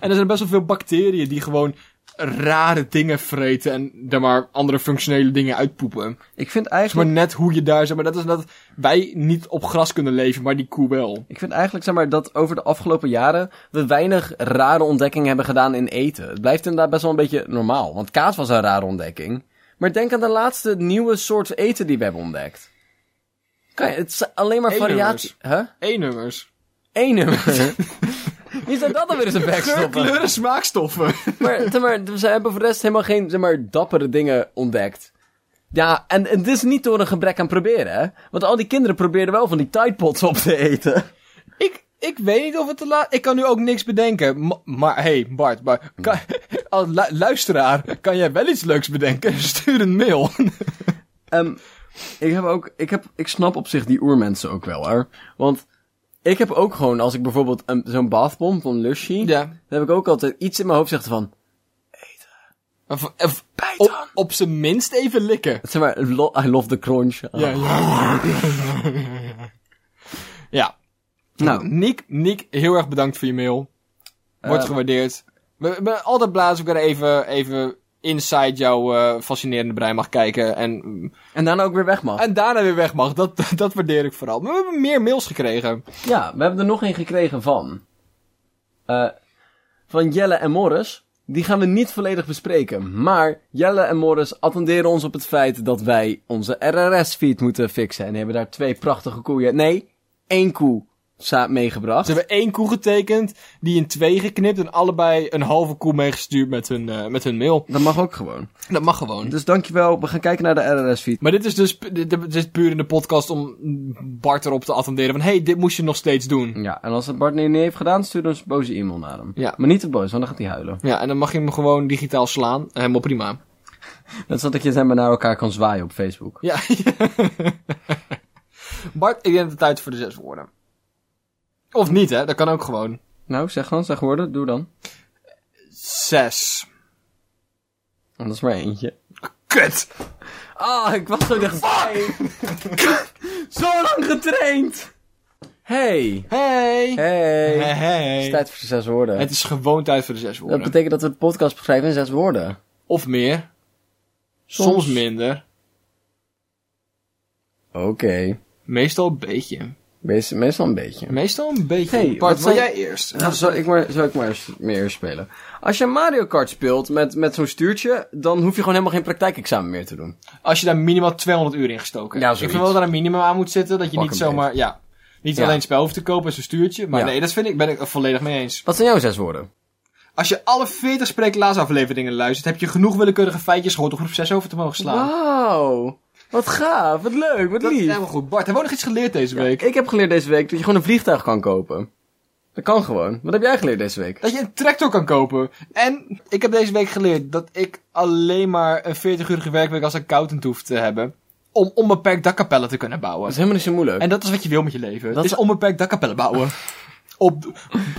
[SPEAKER 2] En er zijn best wel veel bacteriën die gewoon rare dingen vreten en daar maar andere functionele dingen uitpoepen. Het
[SPEAKER 1] Ik vind
[SPEAKER 2] is maar
[SPEAKER 1] eigenlijk...
[SPEAKER 2] net hoe je daar... Zeg maar, dat is dat wij niet op gras kunnen leven, maar die koe wel.
[SPEAKER 1] Ik vind eigenlijk zeg maar, dat over de afgelopen jaren we weinig rare ontdekkingen hebben gedaan in eten. Het blijft inderdaad best wel een beetje normaal, want kaas was een rare ontdekking. Maar denk aan de laatste nieuwe soort eten die we hebben ontdekt. Kan je, het is alleen maar
[SPEAKER 2] E-nummers.
[SPEAKER 1] variatie. Huh?
[SPEAKER 2] E-nummers.
[SPEAKER 1] Eén nummer. <laughs> Wie zou dat dan weer eens een bek
[SPEAKER 2] Geur,
[SPEAKER 1] stoppen?
[SPEAKER 2] kleuren, smaakstoffen.
[SPEAKER 1] Maar, zeg maar ze hebben voor de rest helemaal geen zeg maar, dappere dingen ontdekt. Ja, en en het is niet door een gebrek aan proberen, hè? Want al die kinderen probeerden wel van die Tide Pods op te eten.
[SPEAKER 2] Ik, ik weet niet of het te laat... Ik kan nu ook niks bedenken. Ma- Maar, hey Bart, maar, kan, als lu- luisteraar, kan jij wel iets leuks bedenken? <laughs> Stuur
[SPEAKER 1] <laughs>
[SPEAKER 2] een mail.
[SPEAKER 1] Ehm, ik heb ook, ik heb, ik snap op zich die oermensen ook wel, hoor. Want ik heb ook gewoon, als ik bijvoorbeeld een- zo'n bathbomb van Lushy,
[SPEAKER 2] Ja.
[SPEAKER 1] dan heb ik ook altijd iets in mijn hoofd zegt van,
[SPEAKER 2] Of, of,
[SPEAKER 1] bijt dan.
[SPEAKER 2] op, op zijn minst even likken.
[SPEAKER 1] Zeg maar, lo- I love the crunch.
[SPEAKER 2] Ja, ja.
[SPEAKER 1] <laughs>
[SPEAKER 2] ja.
[SPEAKER 1] Nou,
[SPEAKER 2] Nick, Nick, heel erg bedankt voor je mail. Wordt
[SPEAKER 1] Eh.
[SPEAKER 2] gewaardeerd. We, we- we altijd blij als ik er even, even inside jouw eh, fascinerende brein mag kijken. En, mm,
[SPEAKER 1] en daarna ook weer weg mag.
[SPEAKER 2] en daarna weer weg mag. Dat, dat waardeer ik vooral. Maar we hebben meer mails gekregen.
[SPEAKER 1] Ja, we hebben er nog een gekregen van. Eh, van Jelle en Morris. Die gaan we niet volledig bespreken. Maar Jelle en Morris attenderen ons op het feit dat wij onze RRS-feed moeten fixen. En hebben daar twee prachtige koeien. Nee, één koe sa- meegebracht.
[SPEAKER 2] Ze hebben één koe getekend, die in twee geknipt en allebei een halve koe meegestuurd met hun, eh, met hun mail.
[SPEAKER 1] Dat mag ook gewoon.
[SPEAKER 2] Dat mag gewoon.
[SPEAKER 1] Dus dankjewel. We gaan kijken naar de RRS-feed.
[SPEAKER 2] Maar dit is dus pu- dit, dit is puur in de podcast om Bart erop te attenderen van... hey, dit moest je nog steeds doen.
[SPEAKER 1] Ja, en als het Bart niet heeft gedaan, stuur dan eens een boze e-mail naar hem.
[SPEAKER 2] Ja.
[SPEAKER 1] Maar niet te boos, want dan gaat hij huilen.
[SPEAKER 2] Ja, en dan mag je hem gewoon digitaal slaan. Helemaal prima.
[SPEAKER 1] Dat is dat je zeg maar naar elkaar kan zwaaien op Facebook.
[SPEAKER 2] Ja. <laughs> Bart, ik denk dat het tijd is voor de zes woorden. Of niet, hè? Dat kan ook gewoon.
[SPEAKER 1] Nou, zeg dan, zeg woorden, doe dan.
[SPEAKER 2] Zes.
[SPEAKER 1] Want dat is maar eentje.
[SPEAKER 2] Kut!
[SPEAKER 1] Ah, ik was zo dichtbij. <laughs> zo lang getraind. Hey.
[SPEAKER 2] Hey!
[SPEAKER 1] Hey.
[SPEAKER 2] Hey, hey.
[SPEAKER 1] Het is tijd voor de zes woorden.
[SPEAKER 2] Het is gewoon tijd voor de
[SPEAKER 1] Dat
[SPEAKER 2] zes woorden.
[SPEAKER 1] betekent dat we de podcast beschrijven in zes woorden.
[SPEAKER 2] Of meer. Soms.
[SPEAKER 1] Soms.
[SPEAKER 2] minder.
[SPEAKER 1] Oké.
[SPEAKER 2] Meestal een beetje.
[SPEAKER 1] Meest- Meestal een beetje.
[SPEAKER 2] Meestal een beetje.
[SPEAKER 1] Hey,
[SPEAKER 2] Bart,
[SPEAKER 1] wat
[SPEAKER 2] wil
[SPEAKER 1] zijn-
[SPEAKER 2] jij eerst?
[SPEAKER 1] Nou, zal ik maar, zal ik maar eens meer eerst spelen. Als je Mario Kart speelt met, met zo'n stuurtje, dan hoef je gewoon helemaal geen praktijkexamen meer te doen.
[SPEAKER 2] Als je daar minimaal 200 uur in gestoken
[SPEAKER 1] Ja,
[SPEAKER 2] hebt. ik
[SPEAKER 1] zoiets.
[SPEAKER 2] vind wel dat er een minimum aan moet zitten. Dat je
[SPEAKER 1] Pak
[SPEAKER 2] niet
[SPEAKER 1] een
[SPEAKER 2] zomaar... Ja. Niet
[SPEAKER 1] Ja.
[SPEAKER 2] alleen het spel hoeft te kopen als een stuurtje. Maar
[SPEAKER 1] Ja.
[SPEAKER 2] nee, dat vind ik, ben ik volledig mee eens.
[SPEAKER 1] Wat zijn jouw zes woorden?
[SPEAKER 2] Als je alle 40 spreeklaarsafleveringen luistert, heb je genoeg willekeurige feitjes gehoord om groep 6 over te mogen slaan.
[SPEAKER 1] Wauw. Wat gaaf, wat leuk, wat
[SPEAKER 2] Nou. Dat is
[SPEAKER 1] lief.
[SPEAKER 2] helemaal goed. Bart, hebben we nog iets geleerd deze
[SPEAKER 1] Ja,
[SPEAKER 2] week?
[SPEAKER 1] ik heb geleerd deze week dat je gewoon een vliegtuig kan kopen. Dat kan gewoon. Wat heb jij geleerd deze week?
[SPEAKER 2] Dat je een tractor kan kopen. En ik heb deze week geleerd dat ik alleen maar een 40-urige werkweek als accountant hoef te hebben. Om onbeperkt dakkapellen te kunnen
[SPEAKER 1] Dat
[SPEAKER 2] bouwen.
[SPEAKER 1] is helemaal niet zo moeilijk.
[SPEAKER 2] En dat is wat je wil met je leven.
[SPEAKER 1] Dat
[SPEAKER 2] Het is
[SPEAKER 1] is-
[SPEAKER 2] onbeperkt dakkapellen bouwen. op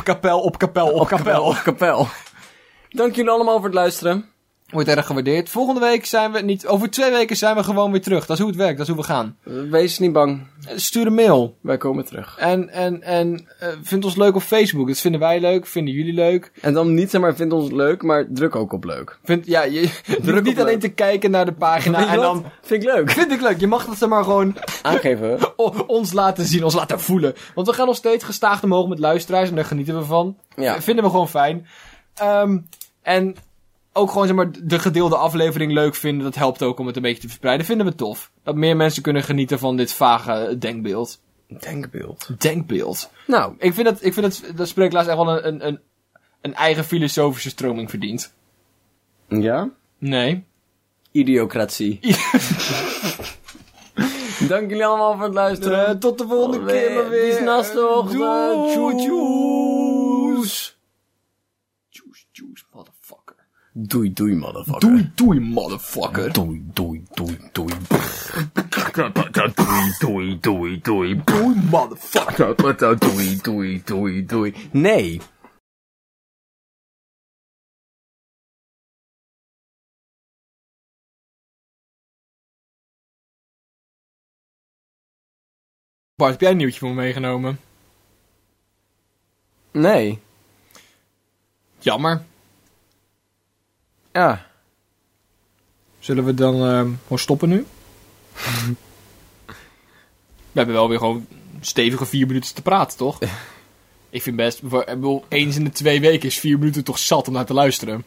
[SPEAKER 2] kapel, op kapel, op kapel.
[SPEAKER 1] kapel. Dank jullie allemaal voor het luisteren.
[SPEAKER 2] Wordt erg gewaardeerd. Volgende week zijn we niet... Over twee weken zijn we gewoon weer terug. Dat is hoe het werkt. Dat is hoe we gaan.
[SPEAKER 1] Wees niet bang,
[SPEAKER 2] Eh, Stuur een mail.
[SPEAKER 1] wij komen terug.
[SPEAKER 2] En, en, en eh, vind ons leuk op Facebook. Dat vinden wij leuk, vinden jullie leuk.
[SPEAKER 1] En dan niet zeg maar vind ons leuk, maar druk ook op leuk.
[SPEAKER 2] Vind, ja, je,
[SPEAKER 1] Druk op
[SPEAKER 2] niet alleen
[SPEAKER 1] leuk.
[SPEAKER 2] te kijken naar de
[SPEAKER 1] <laughs>
[SPEAKER 2] pagina
[SPEAKER 1] Weet je
[SPEAKER 2] en
[SPEAKER 1] wat?
[SPEAKER 2] dan...
[SPEAKER 1] Vind ik leuk.
[SPEAKER 2] <laughs> Vind ik leuk. Je mag dat ze maar gewoon
[SPEAKER 1] Aangeven.
[SPEAKER 2] o- ons laten zien, ons laten voelen. Want we gaan nog steeds gestaag omhoog met luisteraars en daar genieten we van.
[SPEAKER 1] Ja.
[SPEAKER 2] V- Vinden we gewoon fijn. Ehm, en ook gewoon zeg maar de gedeelde aflevering leuk vinden. Dat helpt ook om het een beetje te verspreiden. Vinden we tof. Dat meer mensen kunnen genieten van dit vage denkbeeld.
[SPEAKER 1] Denkbeeld.
[SPEAKER 2] Denkbeeld.
[SPEAKER 1] Nou,
[SPEAKER 2] Ik vind dat, ik vind dat, dat spreeklaas echt wel een, een, een, een eigen filosofische stroming verdient.
[SPEAKER 1] ja?
[SPEAKER 2] Nee.
[SPEAKER 1] Idiocratie. Dank jullie allemaal voor het luisteren.
[SPEAKER 2] Eh, tot de volgende
[SPEAKER 1] keer maar weer.
[SPEAKER 2] Bis naast de
[SPEAKER 1] Doei.
[SPEAKER 2] Tjoes. Tjoes, tjoes, motherfucker.
[SPEAKER 1] Doei, doei, motherfucker.
[SPEAKER 2] Doei, doei, motherfucker.
[SPEAKER 3] Doei, doei, doei, doei. Doei, doei, doei, doei.
[SPEAKER 2] Doei, motherfucker.
[SPEAKER 3] Doei, doei, doei, doei.
[SPEAKER 1] Nee.
[SPEAKER 2] Bart, heb jij een nieuwtje voor me meegenomen?
[SPEAKER 1] Nee.
[SPEAKER 2] Jammer.
[SPEAKER 1] Ja.
[SPEAKER 2] Zullen we dan ehm, gewoon stoppen nu? <laughs> we hebben wel weer gewoon stevige vier minuten te praten, <laughs> toch? Ik vind best, voor- ik bedoel, eens in de twee weken is vier minuten toch zat om naar te luisteren.